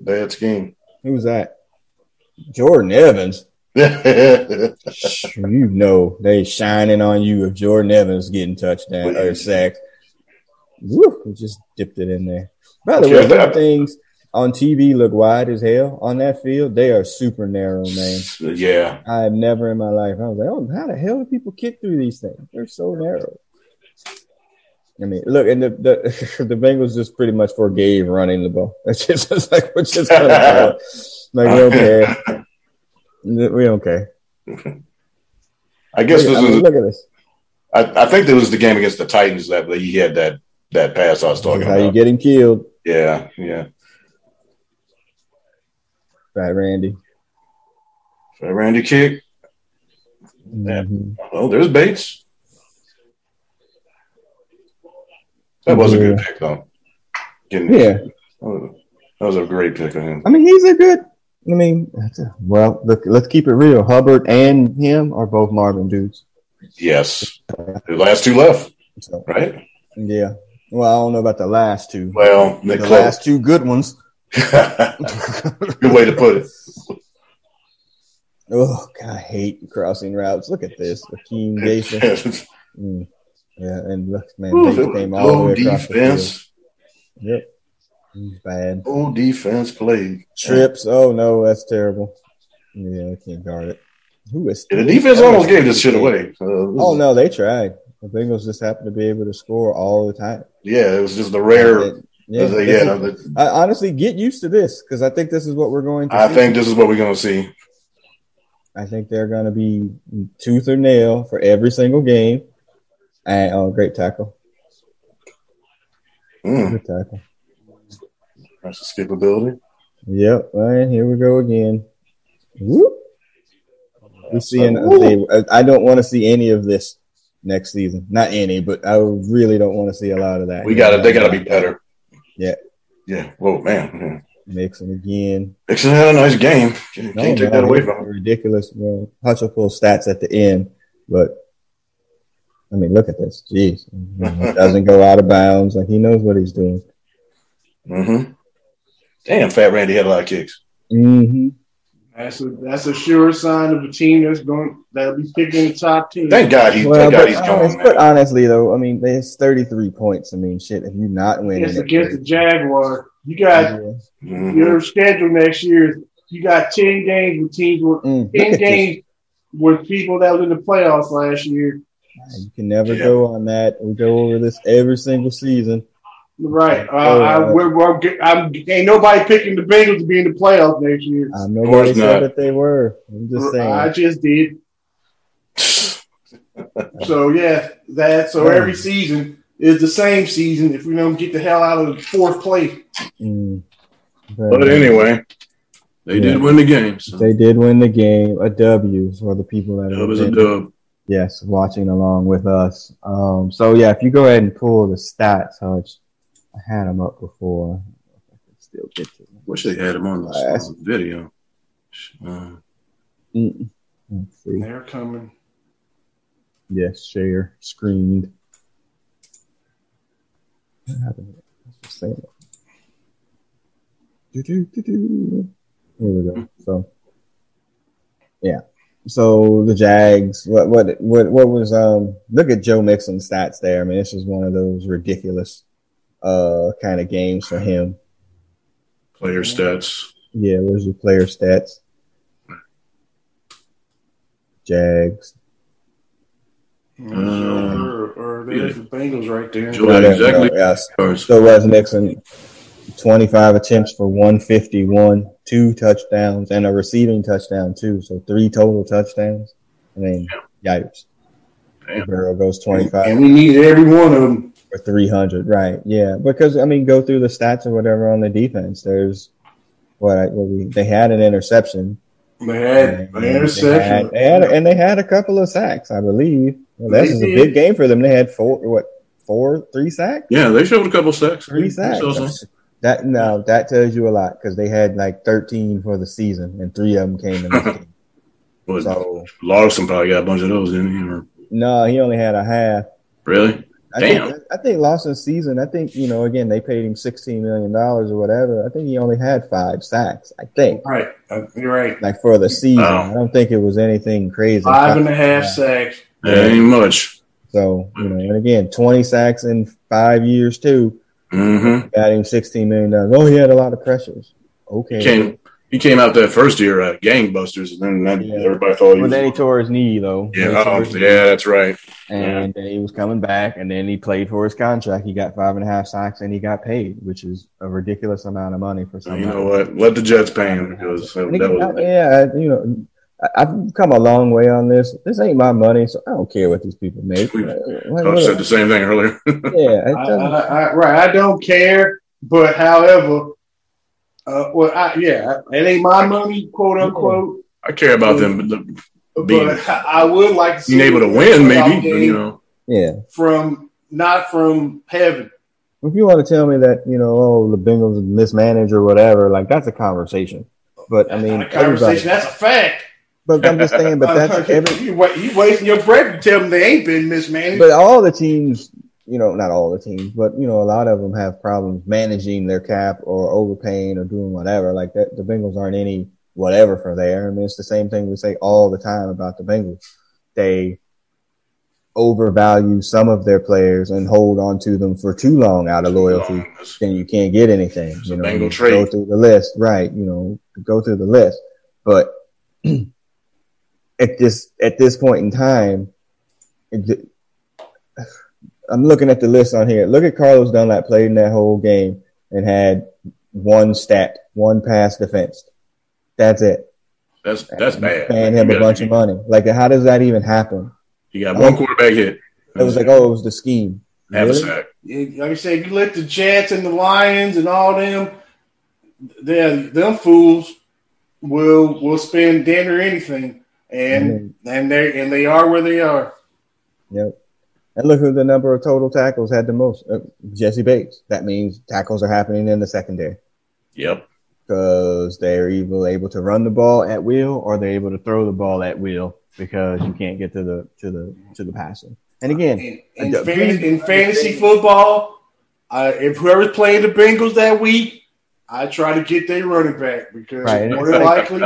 Speaker 2: Bad scheme.
Speaker 1: Who was that? Jordan Evans.
Speaker 2: yeah,
Speaker 1: you know they shining on you if Jordan Evans getting touchdown or sacks. Woo, we just dipped it in there. By the way,
Speaker 2: Yeah.
Speaker 1: one of the things on TV look wide as hell on that field. They are super narrow, man. I have never in my life. I was like, oh, how the hell do people kick through these things? They're so narrow. I mean, look, and the the, the Bengals just pretty much forgave running the ball. That's just it's like we're just gonna throw it. like we don't care. We don't care.
Speaker 2: I guess
Speaker 1: Look-
Speaker 2: this
Speaker 1: I mean,
Speaker 2: is.
Speaker 1: look at this.
Speaker 2: I, I think this was the game against the Titans that he had that that pass I was talking
Speaker 1: That's how you
Speaker 2: about.
Speaker 1: get him killed,
Speaker 2: Yeah, yeah.
Speaker 1: Fat Randy.
Speaker 2: Fat Randy kick. Yeah.
Speaker 1: Mhm.
Speaker 2: Oh, there's Bates. That was a good pick though. Getting
Speaker 1: Yeah,
Speaker 2: That was a great pick of him.
Speaker 1: I mean he's a good. I mean, that's a, well, look, let's keep it real. Hubbard and him are both Marvin dudes.
Speaker 2: Yes. The last two left,
Speaker 1: So
Speaker 2: right?
Speaker 1: yeah. Well, I don't know about the last two.
Speaker 2: Well, they
Speaker 1: the
Speaker 2: close.
Speaker 1: last two good ones.
Speaker 2: good way to put it.
Speaker 1: Oh, God, I hate crossing routes. Look at this, Akeem Baker. Mm. Yeah, and look, man, Baker came all the
Speaker 2: Low
Speaker 1: way across the
Speaker 2: defense.
Speaker 1: field. Yep, he's bad.
Speaker 2: Oh, defense play.
Speaker 1: Trips. Oh no, that's terrible. Yeah, I can't guard it. Who is
Speaker 2: The defense almost gave this shit away. Uh,
Speaker 1: Oh no, they tried. The Bengals just happened to be able to score all the time.
Speaker 2: Yeah, it was just the rare.
Speaker 1: yeah,
Speaker 2: yeah,
Speaker 1: this is-
Speaker 2: the-
Speaker 1: I honestly get used to this because I think this is what we're going to.
Speaker 2: I
Speaker 1: see.
Speaker 2: think this is what we're gonna see.
Speaker 1: I think they're going to be tooth or nail for every single game. And oh, great tackle!
Speaker 2: Mm,
Speaker 1: Good tackle.
Speaker 2: that's the skippability.
Speaker 1: Yep. And here we go again. Whoop. We're seeing.
Speaker 2: Woo.
Speaker 1: I don't want to see any of this next season. Not any, but I really don't want to see a lot of that.
Speaker 2: We gotta. They gotta be better.
Speaker 1: Yeah.
Speaker 2: Yeah. Whoa, man. Yeah.
Speaker 1: mixing again.
Speaker 2: Mixon had a nice game. Can't,
Speaker 1: No,
Speaker 2: can't take
Speaker 1: man,
Speaker 2: that away
Speaker 1: it's
Speaker 2: from him.
Speaker 1: Ridiculous. Well, Hutchell pulled stats at the end, but I mean, look at this. Jeez, It doesn't go out of bounds. Like he knows what he's doing.
Speaker 2: Mm-hmm. Damn, Fat Randy had a lot of kicks.
Speaker 1: hmm
Speaker 3: That's a, that's a sure sign of a team that's going that'll be picking the top team.
Speaker 2: Thank God he.
Speaker 1: Well,
Speaker 2: thank God
Speaker 1: but, uh,
Speaker 2: he's
Speaker 1: honest-
Speaker 2: gone.
Speaker 1: but
Speaker 2: Man.
Speaker 1: honestly, though, I mean, it's thirty-three points. I mean, shit, if you're not winning,
Speaker 3: It's
Speaker 1: at
Speaker 3: against the
Speaker 1: 30,
Speaker 3: Jaguar. You got
Speaker 2: Mhm.
Speaker 3: your schedule next year. You got ten games with teams with
Speaker 1: Mm, look
Speaker 3: ten
Speaker 1: at this.
Speaker 3: games with people that was in the playoffs last year.
Speaker 1: You can never
Speaker 2: Yeah.
Speaker 1: go on that. We go over this every single season.
Speaker 3: Right. Uh,
Speaker 1: Oh,
Speaker 3: I,
Speaker 1: uh,
Speaker 3: we're, we're, g- I'm, ain't nobody picking the Bengals to be in the playoffs next year.
Speaker 1: Um, nobody
Speaker 2: it's
Speaker 1: said
Speaker 2: not.
Speaker 1: that they were. I'm just saying.
Speaker 3: I just did. So yeah, that so every season is the same season if we don't get the hell out of fourth place.
Speaker 1: Mm.
Speaker 2: But anyway, they
Speaker 1: Yeah.
Speaker 2: did win the game. So
Speaker 1: They did win the game. A W for the people that
Speaker 2: that was
Speaker 1: have
Speaker 2: a
Speaker 1: been,
Speaker 2: dub.
Speaker 1: yes watching along with us. Um, so yeah, if you go ahead and pull the stats, Hutch, I had them up before. I can still get to them.
Speaker 2: Wish they had him on
Speaker 1: Last.
Speaker 2: this video. Um,
Speaker 1: Mm. Let's see.
Speaker 3: They're coming.
Speaker 1: Yes, share screened. What happened? Let's just say it. Do-do-do-do. Here we go. So, yeah. So the Jags. What? What? What? What was? Um. Look at Joe Mixon's stats there. I mean, this is one of those ridiculous, uh, kind of games for him.
Speaker 2: player stats.
Speaker 1: Yeah, where's your player stats? Jags.
Speaker 2: Um,
Speaker 3: or, or there's the Bengals right there.
Speaker 2: Joy- Well,
Speaker 1: No, no,
Speaker 2: exactly.
Speaker 1: no, yes.
Speaker 2: Cars.
Speaker 1: So was Nixon. 25 attempts for 151, two touchdowns, and a receiving touchdown, too. So three total touchdowns. I mean, yikes.
Speaker 2: Damn.
Speaker 1: Burrow goes 25
Speaker 3: and we need every one of them.
Speaker 1: for 300. Right. Yeah. Because, I mean, go through the stats or whatever on the defense. There's what, I, what we, they had an interception.
Speaker 3: They had
Speaker 1: and
Speaker 3: an interception.
Speaker 1: They had, they had- and they had a couple of sacks, I believe. Well, this
Speaker 3: They
Speaker 1: is a
Speaker 3: did.
Speaker 1: big game for them. They had four, what, four, three sacks?
Speaker 2: Yeah, they showed a couple sacks.
Speaker 1: Three sacks.
Speaker 2: So, so.
Speaker 1: That's- That no, that tells you a lot because they had like thirteen for the season, and three of them came in this game.
Speaker 2: Well,
Speaker 1: So
Speaker 2: Larson probably got a bunch of those, didn't he? Or,
Speaker 1: no, he only had a half.
Speaker 2: really?
Speaker 1: I
Speaker 2: Damn.
Speaker 1: Think, I think Lawson's season. I think you know. Again, they paid him sixteen million dollars or whatever. I think he only had five sacks. I think
Speaker 3: Right. Uh, You're right.
Speaker 1: like for the season.
Speaker 2: Wow.
Speaker 1: I don't think it was anything crazy.
Speaker 3: Five and a half sacks.
Speaker 2: That ain't much.
Speaker 1: So you know, and again, twenty sacks in five years too.
Speaker 2: Mm-hmm.
Speaker 1: Got him sixteen million dollars. Oh, he had a lot of pressures. Okay.
Speaker 2: He came. He came out that first year at gangbusters, and then that,
Speaker 1: Yeah.
Speaker 2: everybody thought he
Speaker 1: Well,
Speaker 2: was.
Speaker 1: then he tore his knee though. Then
Speaker 2: yeah,
Speaker 1: he tore
Speaker 2: oh,
Speaker 1: his knee.
Speaker 2: yeah, that's right.
Speaker 1: and then he was coming back, and then he played for his contract. He got five and a half sacks, and he got paid, which is a ridiculous amount of money for
Speaker 2: So,
Speaker 1: somebody.
Speaker 2: you know what? Let the Jets pay him because that,
Speaker 1: And
Speaker 2: that
Speaker 1: again, I-
Speaker 2: was.
Speaker 1: yeah, I- you know, I- I've come a long way on this. This ain't my money, so I don't care what these people make.
Speaker 2: We've-
Speaker 1: Like,
Speaker 2: Coach said the
Speaker 1: what-
Speaker 2: same thing earlier.
Speaker 1: yeah, it
Speaker 3: I,
Speaker 1: doesn't-
Speaker 3: I, I, right. I don't care. But however, uh, well, I, yeah, it ain't my money, quote unquote.
Speaker 2: I care about them the- Being-
Speaker 3: But I I would like to see
Speaker 2: being able to win, maybe. but, you know,
Speaker 1: yeah.
Speaker 3: from not from heaven.
Speaker 1: If you want to tell me that you know, oh, the Bengals mismanage or whatever, like that's a conversation. But I mean,
Speaker 3: Not a
Speaker 1: everybody-
Speaker 3: conversation. That's a fact. Uh,
Speaker 1: but I'm just saying, but that's every
Speaker 3: you, wa- you wasting your breath. You tell them they ain't been mismanaged.
Speaker 1: but all the teams, you know, not all the teams, but you know, a lot of them have problems managing their cap or overpaying or doing whatever. Like that, the Bengals aren't any whatever for there. I mean, it's the same thing we say all the time about the Bengals. They overvalue some of their players and hold on to them for too long out of loyalty.
Speaker 2: Oh, that's-
Speaker 1: Then you can't get anything.
Speaker 2: It's
Speaker 1: You
Speaker 2: a
Speaker 1: know,
Speaker 2: Bengal
Speaker 1: You Go
Speaker 2: trait.
Speaker 1: through the list, right? You know, go through the list. But at this at this point in time, it, I'm looking at the list on here. Look at Carlos Dunlap played in that whole game and had one stat, one pass defense. That's it.
Speaker 2: that's that's
Speaker 1: And
Speaker 2: bad.
Speaker 1: Paying him a bunch of money. Like, how does that even happen?
Speaker 2: He got one quarterback hit.
Speaker 1: It was like, oh, it was the scheme.
Speaker 2: half a
Speaker 1: Really?
Speaker 2: sack.
Speaker 3: Yeah, like I said, you let the Jets and the Lions and all them, they them fools will will spend damn near anything, and and they and they are where they are.
Speaker 1: Yep. And look who the number of total tackles had the most. Uh, Jesse Bates. That means tackles are happening in the secondary
Speaker 2: Yep.
Speaker 1: because they're either able to run the ball at will or they're able to throw the ball at will because you can't get to the to the to the passer. And again,
Speaker 3: In, in,
Speaker 1: I-
Speaker 3: fan- in fantasy football, uh, if whoever's playing the Bengals that week, I try to get their running back because
Speaker 1: Right.
Speaker 3: more than likely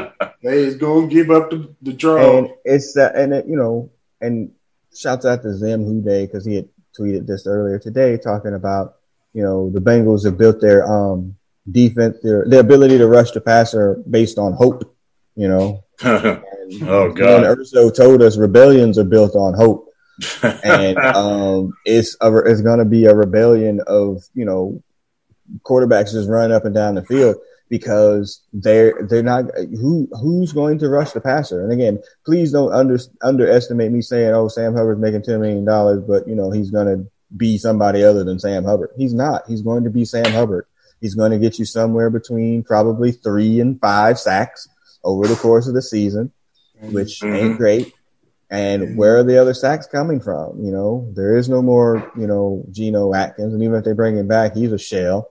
Speaker 3: they is going to give up the, the draw.
Speaker 1: and it's uh, and it, you know and shouts out to Zim Hude because he had tweeted this earlier today talking about you know the Bengals have built their um defense their their ability to rush the passer based on hope. You know,
Speaker 2: oh
Speaker 1: and And
Speaker 2: God.
Speaker 1: Urso told us rebellions are built on hope, and um, it's a, it's going to be a rebellion of you know quarterbacks just running up and down the field because they're they're not who who's going to rush the passer. And again, please don't under, underestimate me saying, "Oh, Sam Hubbard's making ten million dollars, but you know he's going to be somebody other than Sam Hubbard." He's not. He's going to be Sam Hubbard. He's going to get you somewhere between probably three and five sacks over the course of the season which ain't
Speaker 2: Mhm.
Speaker 1: great. And where are the other sacks coming from? You know, there is no more, you know, Geno Atkins, and even if they bring him back, he's a shell.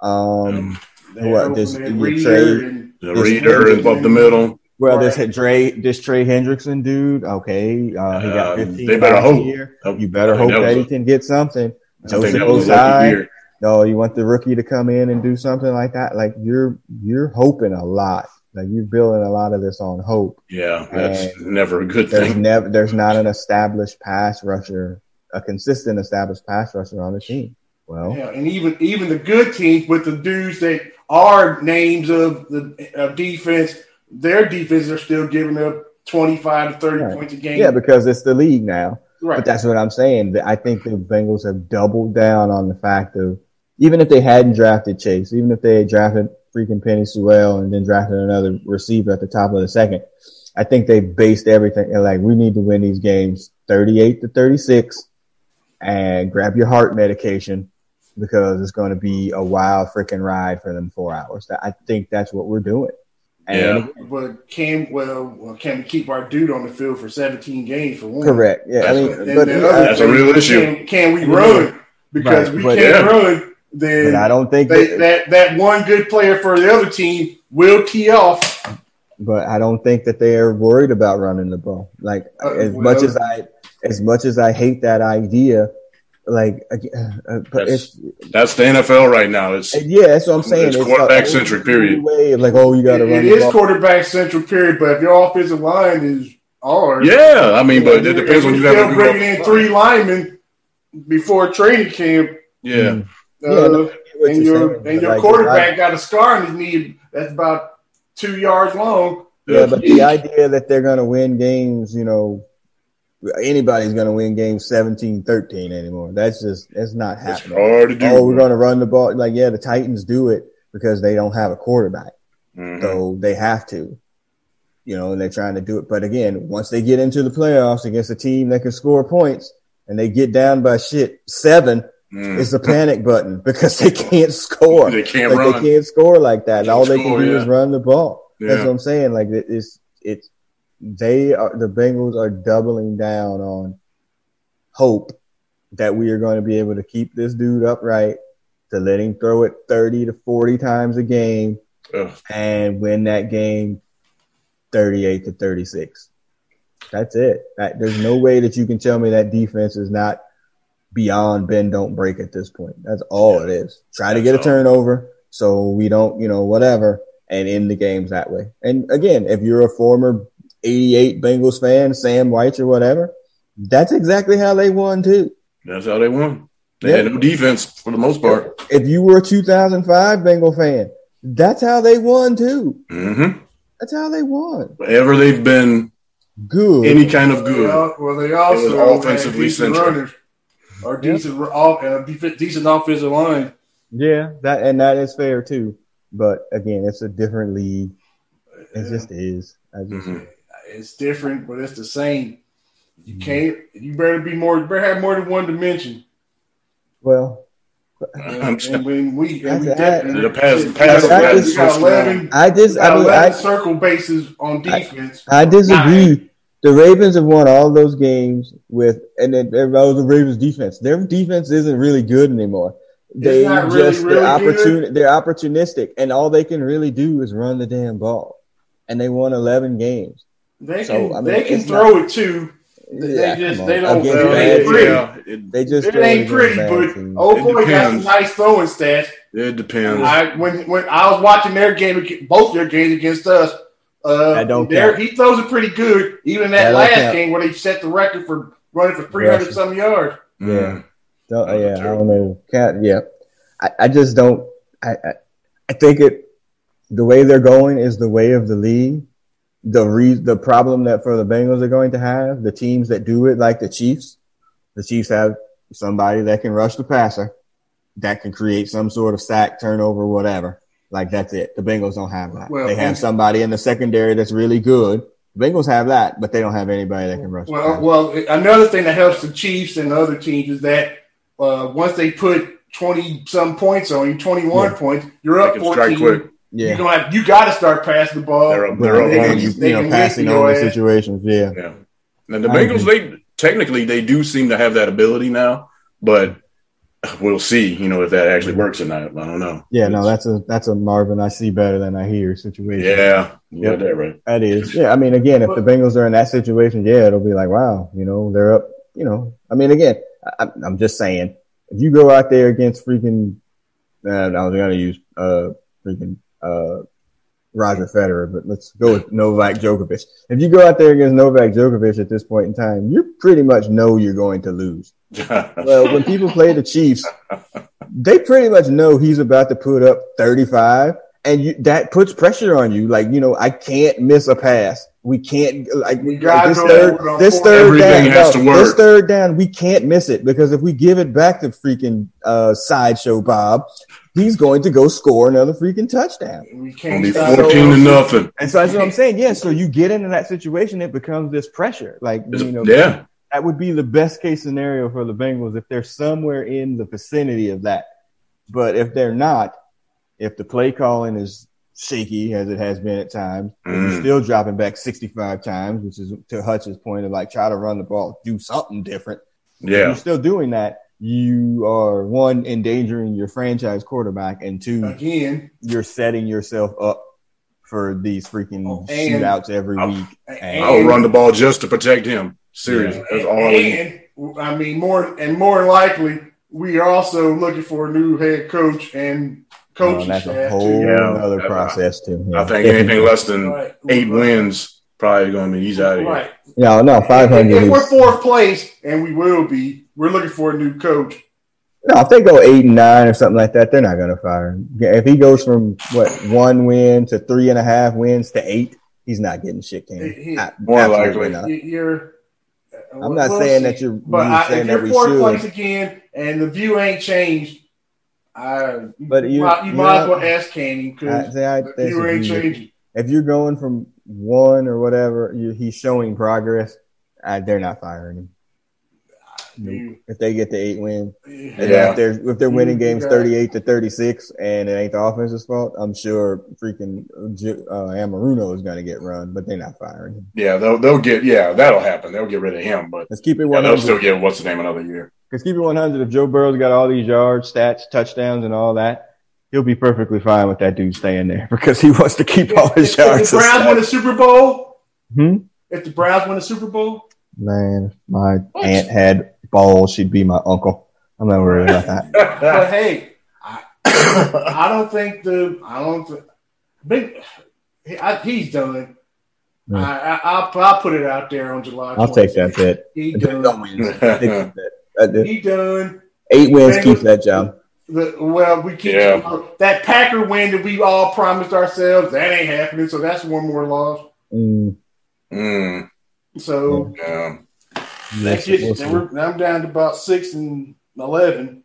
Speaker 1: Um,
Speaker 2: Um,
Speaker 3: They're
Speaker 1: what,
Speaker 3: open
Speaker 1: this-
Speaker 3: every
Speaker 1: you
Speaker 3: year
Speaker 1: trade-
Speaker 3: and
Speaker 2: The reader is up the middle.
Speaker 1: Well, this
Speaker 3: Right.
Speaker 1: this Trey, this Trey Hendrickson dude. Okay, uh, he got
Speaker 2: Um,
Speaker 1: 15.
Speaker 2: they better
Speaker 1: last
Speaker 2: hope.
Speaker 1: year.
Speaker 2: Oh,
Speaker 1: You better
Speaker 2: I think
Speaker 1: hope
Speaker 2: that
Speaker 1: that he
Speaker 2: was-
Speaker 1: can get something.
Speaker 2: I think
Speaker 1: Joseph
Speaker 2: that was
Speaker 1: Osai.
Speaker 2: lucky year.
Speaker 1: No, you want the rookie to come in and do something like that. Like you're you're hoping a lot. Like you're building a lot of this on hope.
Speaker 2: Yeah, that's
Speaker 1: And
Speaker 2: never a good
Speaker 1: There's
Speaker 2: thing.
Speaker 1: never there's not an established pass rusher, a consistent established pass rusher on the team. Well,
Speaker 3: Yeah, and even even the good teams with the dudes that are names of the of defense, their defenses are still giving up twenty five to thirty
Speaker 1: Right.
Speaker 3: points a game.
Speaker 1: yeah, because it's the league now.
Speaker 3: right.
Speaker 1: But that's what I'm saying. That I think the Bengals have doubled down on the fact of even if they hadn't drafted Chase, even if they had drafted freaking Penny Sewell and then drafted another receiver at the top of the second, I think they based everything and like we need to win these games 38 to 36 and grab your heart medication because it's going to be a wild freaking ride for them four hours. That- I think that's what we're doing. And
Speaker 3: But can well, well can we keep our dude on the field for seventeen games for one?
Speaker 1: correct. Yeah. I
Speaker 2: That's
Speaker 1: mean,
Speaker 3: And then
Speaker 1: but-
Speaker 3: the other
Speaker 2: That's a
Speaker 3: thing,
Speaker 2: real issue.
Speaker 3: Can, can we run? Because
Speaker 1: Right,
Speaker 3: we
Speaker 1: but-
Speaker 3: can't
Speaker 2: Yeah.
Speaker 3: run. Then
Speaker 1: but I don't think
Speaker 3: they, that that one good player for the other team will tee off.
Speaker 1: but I don't think that they are worried about running the ball. Like
Speaker 3: Uh,
Speaker 1: as
Speaker 3: well-
Speaker 1: much as I, as much as I hate that idea, like uh, uh, but it's,
Speaker 2: That's the NFL right now. It's
Speaker 1: yeah, that's what I'm saying.
Speaker 2: it's
Speaker 1: a
Speaker 2: quarterback-centric,
Speaker 1: old
Speaker 2: period.
Speaker 1: Way of like, oh, you got
Speaker 3: It,
Speaker 1: to run
Speaker 3: it
Speaker 1: the
Speaker 3: is
Speaker 1: ball.
Speaker 3: quarterback central period, but if your offensive line is ours,
Speaker 2: yeah. I mean, but it depends on you.
Speaker 3: Still
Speaker 2: Have a
Speaker 3: bringing
Speaker 2: good
Speaker 3: in three linemen before training camp.
Speaker 2: Yeah,
Speaker 3: Uh,
Speaker 1: What
Speaker 3: and
Speaker 1: you're
Speaker 3: your
Speaker 1: saying,
Speaker 3: and
Speaker 1: but,
Speaker 3: your
Speaker 1: like,
Speaker 3: quarterback got a scar on his knee that's about two yards long.
Speaker 1: the i- yeah, but the idea that they're going to win games, you know, anybody's going to win games 17-13 anymore. That's just that's not
Speaker 2: it's
Speaker 1: happening.
Speaker 2: hard to do.
Speaker 1: Oh, we're going to run the ball. Like, yeah, the Titans do it because they don't have a quarterback.
Speaker 2: Mhm.
Speaker 1: So they have to, you know, and they're trying to do it. But again, once they get into the playoffs against a team that can score points and they get down by shit seven,
Speaker 2: Mhm.
Speaker 1: it's a panic button because they can't score.
Speaker 2: They can't
Speaker 1: like
Speaker 2: run.
Speaker 1: they can't score like that.
Speaker 2: Can't
Speaker 1: All they
Speaker 2: score,
Speaker 1: can do
Speaker 2: yeah.
Speaker 1: is run the ball. That's
Speaker 2: Yeah.
Speaker 1: what I'm saying. Like it- it's it's they are the Bengals are doubling down on hope that we are going to be able to keep this dude upright to let him throw it 30 to 40 times a game
Speaker 2: Ugh.
Speaker 1: and win that game 38 to 36. That's it. That, there's no way that you can tell me that defense is not beyond bend don't break at this point. That's all it is. Try to get a
Speaker 2: That's all.
Speaker 1: turnover so we don't, you know, whatever, and end the games that way. And again, if you're a former 88 Bengals fan, Sam White or whatever, that's exactly how they won too.
Speaker 2: That's how they won. They
Speaker 1: Yeah.
Speaker 2: had no defense for the most part.
Speaker 1: If you were a 2005 Bengal fan, that's how they won too.
Speaker 2: Mm-hmm.
Speaker 1: That's how they won.
Speaker 2: Wherever they've been,
Speaker 1: Good.
Speaker 2: any kind of good.
Speaker 3: Well, well, they also
Speaker 2: It was offensively
Speaker 3: had decent
Speaker 2: central.
Speaker 3: runners or decent ru- off and a def- decent offensive line.
Speaker 1: Yeah, that and that is fair too. But again, it's a different league. It just is. I just,
Speaker 3: Mm-hmm.
Speaker 2: Mhm.
Speaker 3: It's different, but it's the same.
Speaker 2: Mm-hmm.
Speaker 3: You can't. You better be more. You better have more than one dimension.
Speaker 1: Well,
Speaker 2: I'm sorry.
Speaker 3: and when we and we
Speaker 1: That's-
Speaker 3: definitely
Speaker 2: The pass, pass,
Speaker 1: That
Speaker 2: pass
Speaker 1: is-
Speaker 3: we got eleven.
Speaker 1: I
Speaker 3: we
Speaker 1: just,
Speaker 3: got
Speaker 1: I mean,
Speaker 3: eleven
Speaker 1: I,
Speaker 3: circle bases on defense.
Speaker 1: I disagree. The Ravens have won all those games with, and then everybody was the Ravens defense. Their defense isn't really good anymore. They
Speaker 3: not really,
Speaker 1: just they're,
Speaker 3: really good.
Speaker 1: opportuni- they're opportunistic, and all they can really do is run the damn ball. And they won eleven games.
Speaker 3: They
Speaker 1: So,
Speaker 3: can.
Speaker 1: I mean,
Speaker 3: they can
Speaker 1: it's
Speaker 3: throw it too. They
Speaker 1: Yeah,
Speaker 3: just-
Speaker 1: come on.
Speaker 3: they don't-
Speaker 1: Against
Speaker 2: Well,
Speaker 1: bad
Speaker 2: it-
Speaker 3: It's pretty.
Speaker 1: teams.
Speaker 2: yeah, it,
Speaker 1: They just
Speaker 3: It
Speaker 1: throw
Speaker 3: ain't
Speaker 1: against
Speaker 3: pretty,
Speaker 1: bad
Speaker 3: but
Speaker 1: teams.
Speaker 3: oh boy, got some
Speaker 2: depends.
Speaker 3: nice throwing stats.
Speaker 2: it depends.
Speaker 3: I when when I was watching their game, ag- both their games against us. Uh,
Speaker 1: That don't
Speaker 3: their-
Speaker 1: count.
Speaker 3: He throws it pretty good, even in
Speaker 1: That
Speaker 3: that
Speaker 1: don't
Speaker 3: last
Speaker 1: count.
Speaker 3: game where they set the record for running for three hundred
Speaker 1: Rushing.
Speaker 3: some yards.
Speaker 2: Mm-hmm.
Speaker 1: Yeah. Don't,
Speaker 2: Those are
Speaker 1: yeah, I
Speaker 2: terrible.
Speaker 1: don't know. Cat, yeah, I, I just don't. I, I I think it. The way they're going is the way of the league. The re, the problem that for the Bengals are going to have the teams that do it like the Chiefs. The Chiefs have somebody that can rush the passer, that can create some sort of sack, turnover, whatever. Like that's it. The Bengals don't have that.
Speaker 3: Well,
Speaker 1: they have
Speaker 3: and-
Speaker 1: somebody in the secondary that's really good. The Bengals have that, but they don't have anybody that can rush. the
Speaker 3: Well,
Speaker 1: passer.
Speaker 3: well, another thing that helps the Chiefs and other teams is that uh, once they put twenty some points on you, twenty one
Speaker 1: Yeah.
Speaker 3: points, you're
Speaker 2: They
Speaker 3: up
Speaker 2: can strike
Speaker 3: fourteen.
Speaker 2: quick.
Speaker 1: yeah.
Speaker 3: You're gonna have you got to start passing the ball.
Speaker 2: They're up.
Speaker 1: But
Speaker 2: They're up.
Speaker 1: they
Speaker 3: can-
Speaker 1: can,
Speaker 2: runs.
Speaker 1: you,
Speaker 3: they
Speaker 1: you know,
Speaker 3: can
Speaker 1: passing
Speaker 3: whip your
Speaker 1: only
Speaker 3: ass.
Speaker 1: situations. Yeah.
Speaker 2: Yeah. Now the
Speaker 1: I
Speaker 2: Bengals, they technically they do seem to have that ability now, but we'll see, you know, if that actually works or not. I don't know.
Speaker 1: Yeah, no, that's a that's a Marvin. I see better than I hear situation.
Speaker 2: Yeah, yeah,
Speaker 1: Yep.
Speaker 2: that right.
Speaker 1: that is. Yeah, I mean, again, if the Bengals are in that situation, yeah, it'll be like, wow, you know, they're up. You know, I mean, again, I, I'm- I'm just saying, if you go out there against freaking, uh, I was gonna use uh freaking uh Roger Federer, but let's go with Novak Djokovic. If you go out there against Novak Djokovic at this point in time, you pretty much know you're going to lose. Well, when people play the Chiefs, they pretty much know he's about to put up 35, and you, that puts pressure on you. Like, you know, I can't miss a pass. We can't like, we, like
Speaker 3: gotta
Speaker 1: this
Speaker 3: go over
Speaker 1: third
Speaker 3: on
Speaker 1: this
Speaker 3: fourth.
Speaker 1: third
Speaker 2: Everything
Speaker 1: down
Speaker 2: has
Speaker 1: no,
Speaker 2: to work.
Speaker 1: this third down we can't miss it because if we give it back to freaking uh, sideshow Bob, he's going to go score another freaking touchdown.
Speaker 3: We can't
Speaker 2: Only
Speaker 3: stop.
Speaker 2: fourteen to nothing.
Speaker 1: And so that's what I'm saying. Yeah, so you get into that situation, it becomes this pressure. Like you know,
Speaker 2: yeah,
Speaker 1: that would be the best case scenario for the Bengals if they're somewhere in the vicinity of that. But if they're not, if the play calling is shaky as it has been at times, if you're
Speaker 2: Mm.
Speaker 1: still dropping back 65 times, which is to Hutch's point of like try to run the ball, do something different. If you're
Speaker 2: yeah.
Speaker 1: still doing that, you are one endangering your franchise quarterback, and two,
Speaker 3: Again,
Speaker 1: you're setting yourself up for these freaking
Speaker 3: Oh, and-
Speaker 1: shootouts every
Speaker 2: Oh.
Speaker 1: week.
Speaker 3: and,
Speaker 2: I would run E. the ball just to protect him. Seriously, that's all. I need.
Speaker 3: and, I mean, more and more than likely, we are also looking for a new head coach and
Speaker 1: Oh,
Speaker 3: coaching
Speaker 1: that's a
Speaker 3: staff.
Speaker 1: whole
Speaker 3: too.
Speaker 2: Yeah.
Speaker 1: other
Speaker 2: I-
Speaker 1: process to him.
Speaker 2: I think anything less than
Speaker 3: Right.
Speaker 2: eight wins probably going to be he's out of here.
Speaker 3: Right.
Speaker 1: No, no, five
Speaker 3: If,
Speaker 1: hundred.
Speaker 3: if we're fourth place, and we will be, we're looking for a new coach.
Speaker 1: No, if they go eight and nine or something like that, they're not going to fire him. Yeah, If he goes from what one win to three and a half wins to eight, he's not getting shit
Speaker 3: He-
Speaker 1: canned.
Speaker 3: he-
Speaker 1: Not-
Speaker 2: More
Speaker 1: absolutely
Speaker 2: likely.
Speaker 1: not.
Speaker 3: You- You're. uh,
Speaker 1: I'm not saying that you're-
Speaker 3: But
Speaker 1: you're
Speaker 3: I,
Speaker 1: saying
Speaker 3: if
Speaker 1: that
Speaker 3: you're
Speaker 1: we
Speaker 3: fourth
Speaker 1: should.
Speaker 3: place again, and the view ain't changed, I.
Speaker 1: But
Speaker 3: you
Speaker 1: you-
Speaker 3: might, you
Speaker 1: you're
Speaker 3: might
Speaker 1: not-
Speaker 3: as well ask Candy
Speaker 1: I-
Speaker 3: because
Speaker 1: see, I-
Speaker 3: the
Speaker 1: that's
Speaker 3: view
Speaker 1: a
Speaker 3: ain't
Speaker 1: huge-
Speaker 3: changing.
Speaker 1: if you're going from one or whatever, you, he's showing progress. I, they're not firing him.
Speaker 3: You-
Speaker 1: If they get the eight wins, and
Speaker 2: Yeah.
Speaker 1: if they're if they're
Speaker 3: You-
Speaker 1: winning
Speaker 3: you
Speaker 1: games
Speaker 3: got-
Speaker 1: thirty eight to thirty six, and it ain't the offense's fault, I'm sure freaking Ju- uh, Amaruno is going to get run, but they're not firing him.
Speaker 2: Yeah, they'll they'll get yeah that'll happen. They'll get rid of him, but
Speaker 1: Let's keep it
Speaker 2: yeah,
Speaker 1: one
Speaker 2: they'll
Speaker 1: hundred.
Speaker 2: still get what's the name another year.
Speaker 1: Because keep it 100, if Joe Burrow's got all these yards, stats, touchdowns, and all that, he'll be perfectly fine with that dude staying there because he wants to keep all
Speaker 3: If,
Speaker 1: his
Speaker 3: if the
Speaker 1: yards. and
Speaker 3: Browns win
Speaker 1: stats.
Speaker 3: the Super Bowl,
Speaker 1: Hmm?
Speaker 3: if the Browns win the Super
Speaker 1: Ah.
Speaker 3: Bowl,
Speaker 1: Man, my aunt had balls. She'd be my uncle. I'm not worried about that.
Speaker 3: but hey, I don't think the I don't think big. he- I, he's done.
Speaker 1: Yeah.
Speaker 3: I, I I'll, I'll put it out there on July.
Speaker 1: I'll take that
Speaker 3: 26th.
Speaker 1: bet.
Speaker 3: He
Speaker 1: It depends
Speaker 3: done.
Speaker 1: on wins. I think that- that- that-
Speaker 3: He done.
Speaker 1: Eight wins keeps that job.
Speaker 3: The, well, we keep
Speaker 2: Yeah.
Speaker 3: that Packer win that we all promised ourselves. That ain't happening. So that's one more loss.
Speaker 1: Mm,
Speaker 2: Mm,
Speaker 3: So
Speaker 2: yeah.
Speaker 1: yes,
Speaker 3: that gets,
Speaker 1: we'll
Speaker 3: then
Speaker 1: see.
Speaker 3: we're, now I'm down to about six and eleven.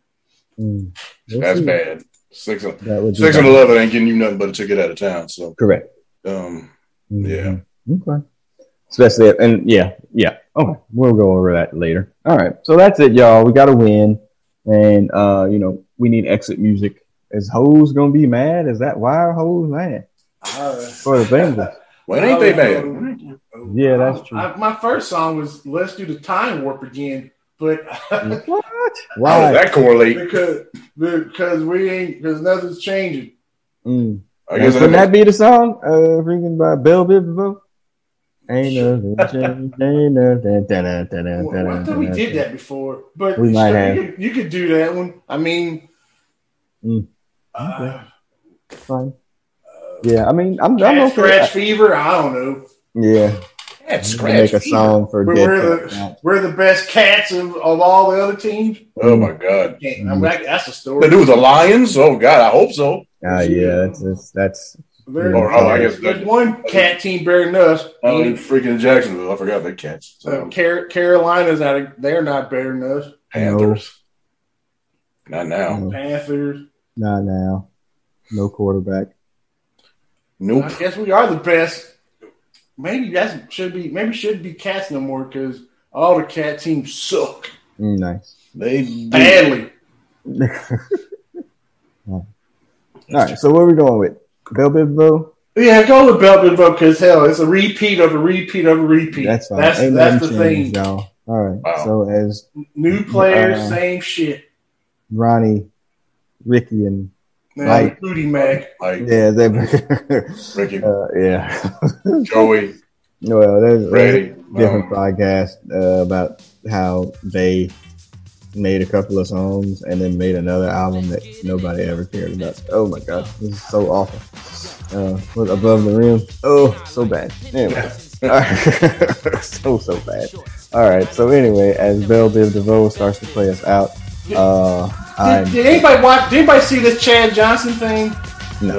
Speaker 1: Mm, we'll
Speaker 2: That's
Speaker 1: see.
Speaker 2: bad. Six and
Speaker 1: That would be
Speaker 2: six and
Speaker 1: bad.
Speaker 2: eleven ain't getting you nothing but a ticket out of town. So
Speaker 1: Correct.
Speaker 2: um,
Speaker 1: Yeah. Okay. Especially if, and yeah, yeah. Okay. We'll go over that later. All right. So that's it, y'all. We got to win, and uh, you know, we need exit music. Is Hoes gonna be mad? Is that why are Hoes mad
Speaker 3: Uh,
Speaker 1: for the Bengals?
Speaker 2: well, ain't they bad?
Speaker 3: Oh, oh,
Speaker 1: Yeah, that's
Speaker 3: I-
Speaker 1: true.
Speaker 3: I, my first song was "Let's Do the Time Warp Again," but
Speaker 1: what?
Speaker 2: How does
Speaker 1: Why?
Speaker 2: that correlate?
Speaker 3: because because we ain't because nothing's changing.
Speaker 1: Mm.
Speaker 2: I guess
Speaker 1: Wouldn't
Speaker 2: that,
Speaker 1: that be the song? Uh, freaking by Bill Biv. Ain't nothing changed, ain't nothing- da-da, da-da,
Speaker 3: Well, I
Speaker 1: da-da,
Speaker 3: thought we
Speaker 1: da-da,
Speaker 3: did
Speaker 1: da-da.
Speaker 3: that before, but
Speaker 1: We might
Speaker 3: sure,
Speaker 1: have.
Speaker 3: You, could, you could do that one. I mean,
Speaker 1: Mm.
Speaker 3: uh,
Speaker 1: Fine. Yeah, I mean, I'm, I'm
Speaker 3: Cat
Speaker 1: okay.
Speaker 3: scratch fever. I don't know.
Speaker 1: yeah,
Speaker 2: that
Speaker 1: I'm gonna make
Speaker 2: scratch.
Speaker 1: a song for
Speaker 3: We're,
Speaker 1: Dead
Speaker 3: we're,
Speaker 1: Cat Night.
Speaker 3: the, we're the best cats of, of all the other teams.
Speaker 2: Oh
Speaker 1: Mm,
Speaker 2: my god,
Speaker 3: Can't- I mean, that- that's a
Speaker 2: they
Speaker 3: story.
Speaker 2: do the Lions. Oh god, I hope so.
Speaker 1: Ah, yeah, that's that's, that's
Speaker 3: There-
Speaker 1: Or, oh, I
Speaker 2: guess Oh,
Speaker 3: there's
Speaker 2: that-
Speaker 3: one cat team better than us.
Speaker 2: I mean,
Speaker 1: Mm-hmm.
Speaker 2: freaking Jacksonville. I forgot they cats.
Speaker 3: So
Speaker 2: So,
Speaker 3: Car- Carolina's out. Of, they're not better than us.
Speaker 2: Panthers. Not now.
Speaker 1: no,
Speaker 3: Panthers.
Speaker 1: not now. No quarterback.
Speaker 2: Nope.
Speaker 3: I guess we are the best. Maybe that should be. Maybe shouldn't be cats no more because all the cat teams suck
Speaker 1: Mm, nice.
Speaker 2: They do.
Speaker 3: badly.
Speaker 1: All right, so what are we going with? Bill Bibbo?
Speaker 3: Yeah, go with Bell Biv because hell, it's a repeat of a repeat of a repeat.
Speaker 1: That's fine.
Speaker 3: That's,
Speaker 1: Ain't
Speaker 3: that's the
Speaker 1: nothing changed,
Speaker 3: thing.
Speaker 1: y'all. All right.
Speaker 2: Wow.
Speaker 1: So as
Speaker 3: New players,
Speaker 1: Uh,
Speaker 3: same shit.
Speaker 1: Ronnie, Ricky, and
Speaker 3: Now,
Speaker 1: Right.
Speaker 3: including Mac.
Speaker 2: Like
Speaker 1: yeah, they.
Speaker 2: Ricky,
Speaker 1: uh, yeah.
Speaker 2: Joey,
Speaker 1: well, there's, there's
Speaker 2: Brady,
Speaker 1: a different
Speaker 2: um,
Speaker 1: podcast uh, about how they made a couple of songs and then made another album that nobody ever cared about. Oh my god, this is so awful. Uh, was above the rim. Oh, so bad. Anyway, Alright. so so bad. All right. So anyway, as Belle Biv DeVoe starts to play us out, uh,
Speaker 3: Did,
Speaker 1: I'm
Speaker 3: did anybody watch? Did anybody see this Chad Johnson thing?
Speaker 2: no.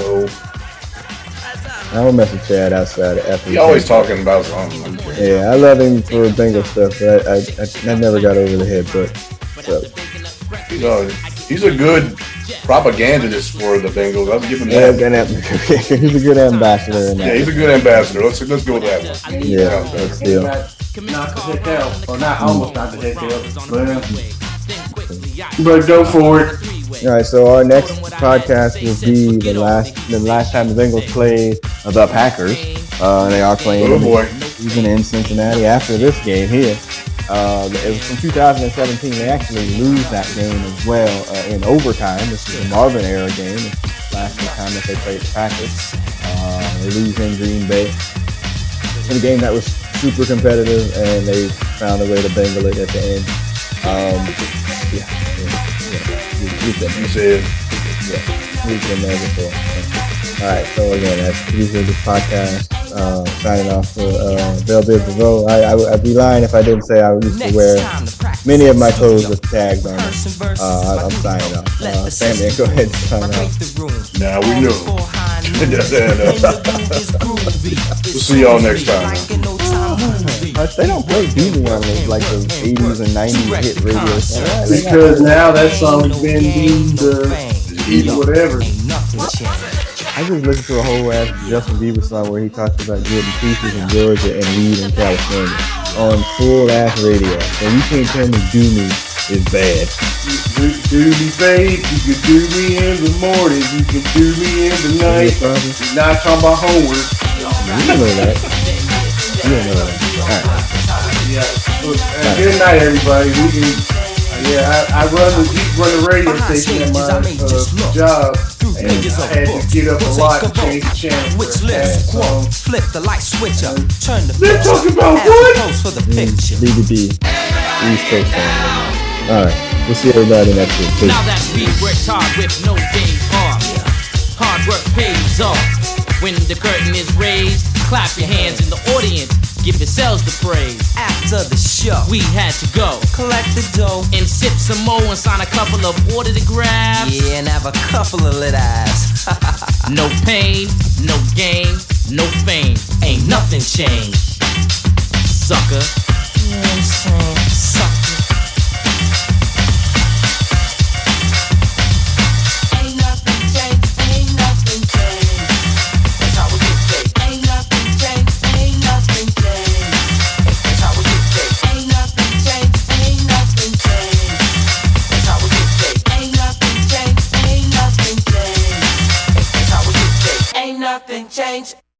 Speaker 1: I'm gonna message Chad outside after.
Speaker 2: He
Speaker 1: the
Speaker 2: always
Speaker 1: podcast.
Speaker 2: talking about um, something.
Speaker 1: Yeah, I love him for Bengal stuff, but I, I, I, I never got over the head. But so
Speaker 2: He's a, he's a good propagandist for the Bengals. I'll give him
Speaker 1: yeah,
Speaker 2: that.
Speaker 1: and that- he's a good ambassador in
Speaker 2: Yeah,
Speaker 1: that.
Speaker 2: he's a good ambassador. Let's let's go with that one.
Speaker 1: Yeah, but still,
Speaker 3: Not to hit hell, or not almost not to hit hell, but, uh, but go for it.
Speaker 1: all right. So our next podcast will be the last the last time the Bengals play the Packers. Uh, they are playing
Speaker 2: Oh boy.
Speaker 1: season in Cincinnati after this game here. Uh, it was from 2017. They actually lose that game as well uh, in overtime. This is a Marvin era game. Last time that they played the Packers, uh, they lose in Green Bay in a game that was super competitive, and they found a way to bangle it at the end. Um, yeah, yeah, yeah. We've been-
Speaker 2: He said,
Speaker 1: yeah, we've been there before. All right, so again, that's these are the podcast. Uh, signing off for uh, Bell Biv DeVoe. I, I would- I'd be lying if I didn't say I used to wear many of my clothes with tags on them. Uh, I- I'm signing off. Uh, Sammy, go ahead and sign off.
Speaker 2: now we know.
Speaker 4: we'll see y'all next time.
Speaker 1: Uh, they don't play BB on those like the 80s and 90s hit radios.
Speaker 3: Because now that song's been deemed the
Speaker 2: He
Speaker 3: whatever.
Speaker 1: I just listened to a whole ass Justin Bieber song where he talks about getting pieces in Georgia and weed in California on full ass radio. So you can't tell me do me is bad.
Speaker 3: You can do me babe, you can do me in the morning, you can do me in the night. You're not talking about homework.
Speaker 1: You know that. You know that. All right.
Speaker 3: Yeah. Look, uh, Good night, everybody. We can. Yeah, I, I run the we run the radio station at my uh, job, and I had to get up a lot to change the channel. for
Speaker 4: Which
Speaker 3: a
Speaker 4: lips
Speaker 3: fast song.
Speaker 4: quote, flip the light switch up, turn the
Speaker 3: They're talking about what?
Speaker 4: Pose for the picture.
Speaker 1: BBB. East Coast fan. All right. We'll see everybody next week. Peace.
Speaker 5: Now that's we worked hard with no days off. Hard work pays off. When the curtain is raised, clap your hands in the audience. Give yourselves the praise.
Speaker 4: After the show, we
Speaker 5: We had to go
Speaker 4: collect the dough.
Speaker 5: and sip some more and sign a couple of autographs.
Speaker 4: Yeah, and have a couple of lit eyes.
Speaker 5: No pain, no gain, no fame. Ain't nothing changed. Sucker.
Speaker 4: you know what I'm saying? Suck
Speaker 6: Ain't nothing changed, ain't nothing changed. That's how we get paid. Ain't nothing changed, ain't nothing changed. That's how we get paid. Ain't nothing changed, ain't nothing changed. That's how we get paid. Ain't nothing changed, ain't nothing changed. That's how we get paid. Ain't nothing changed.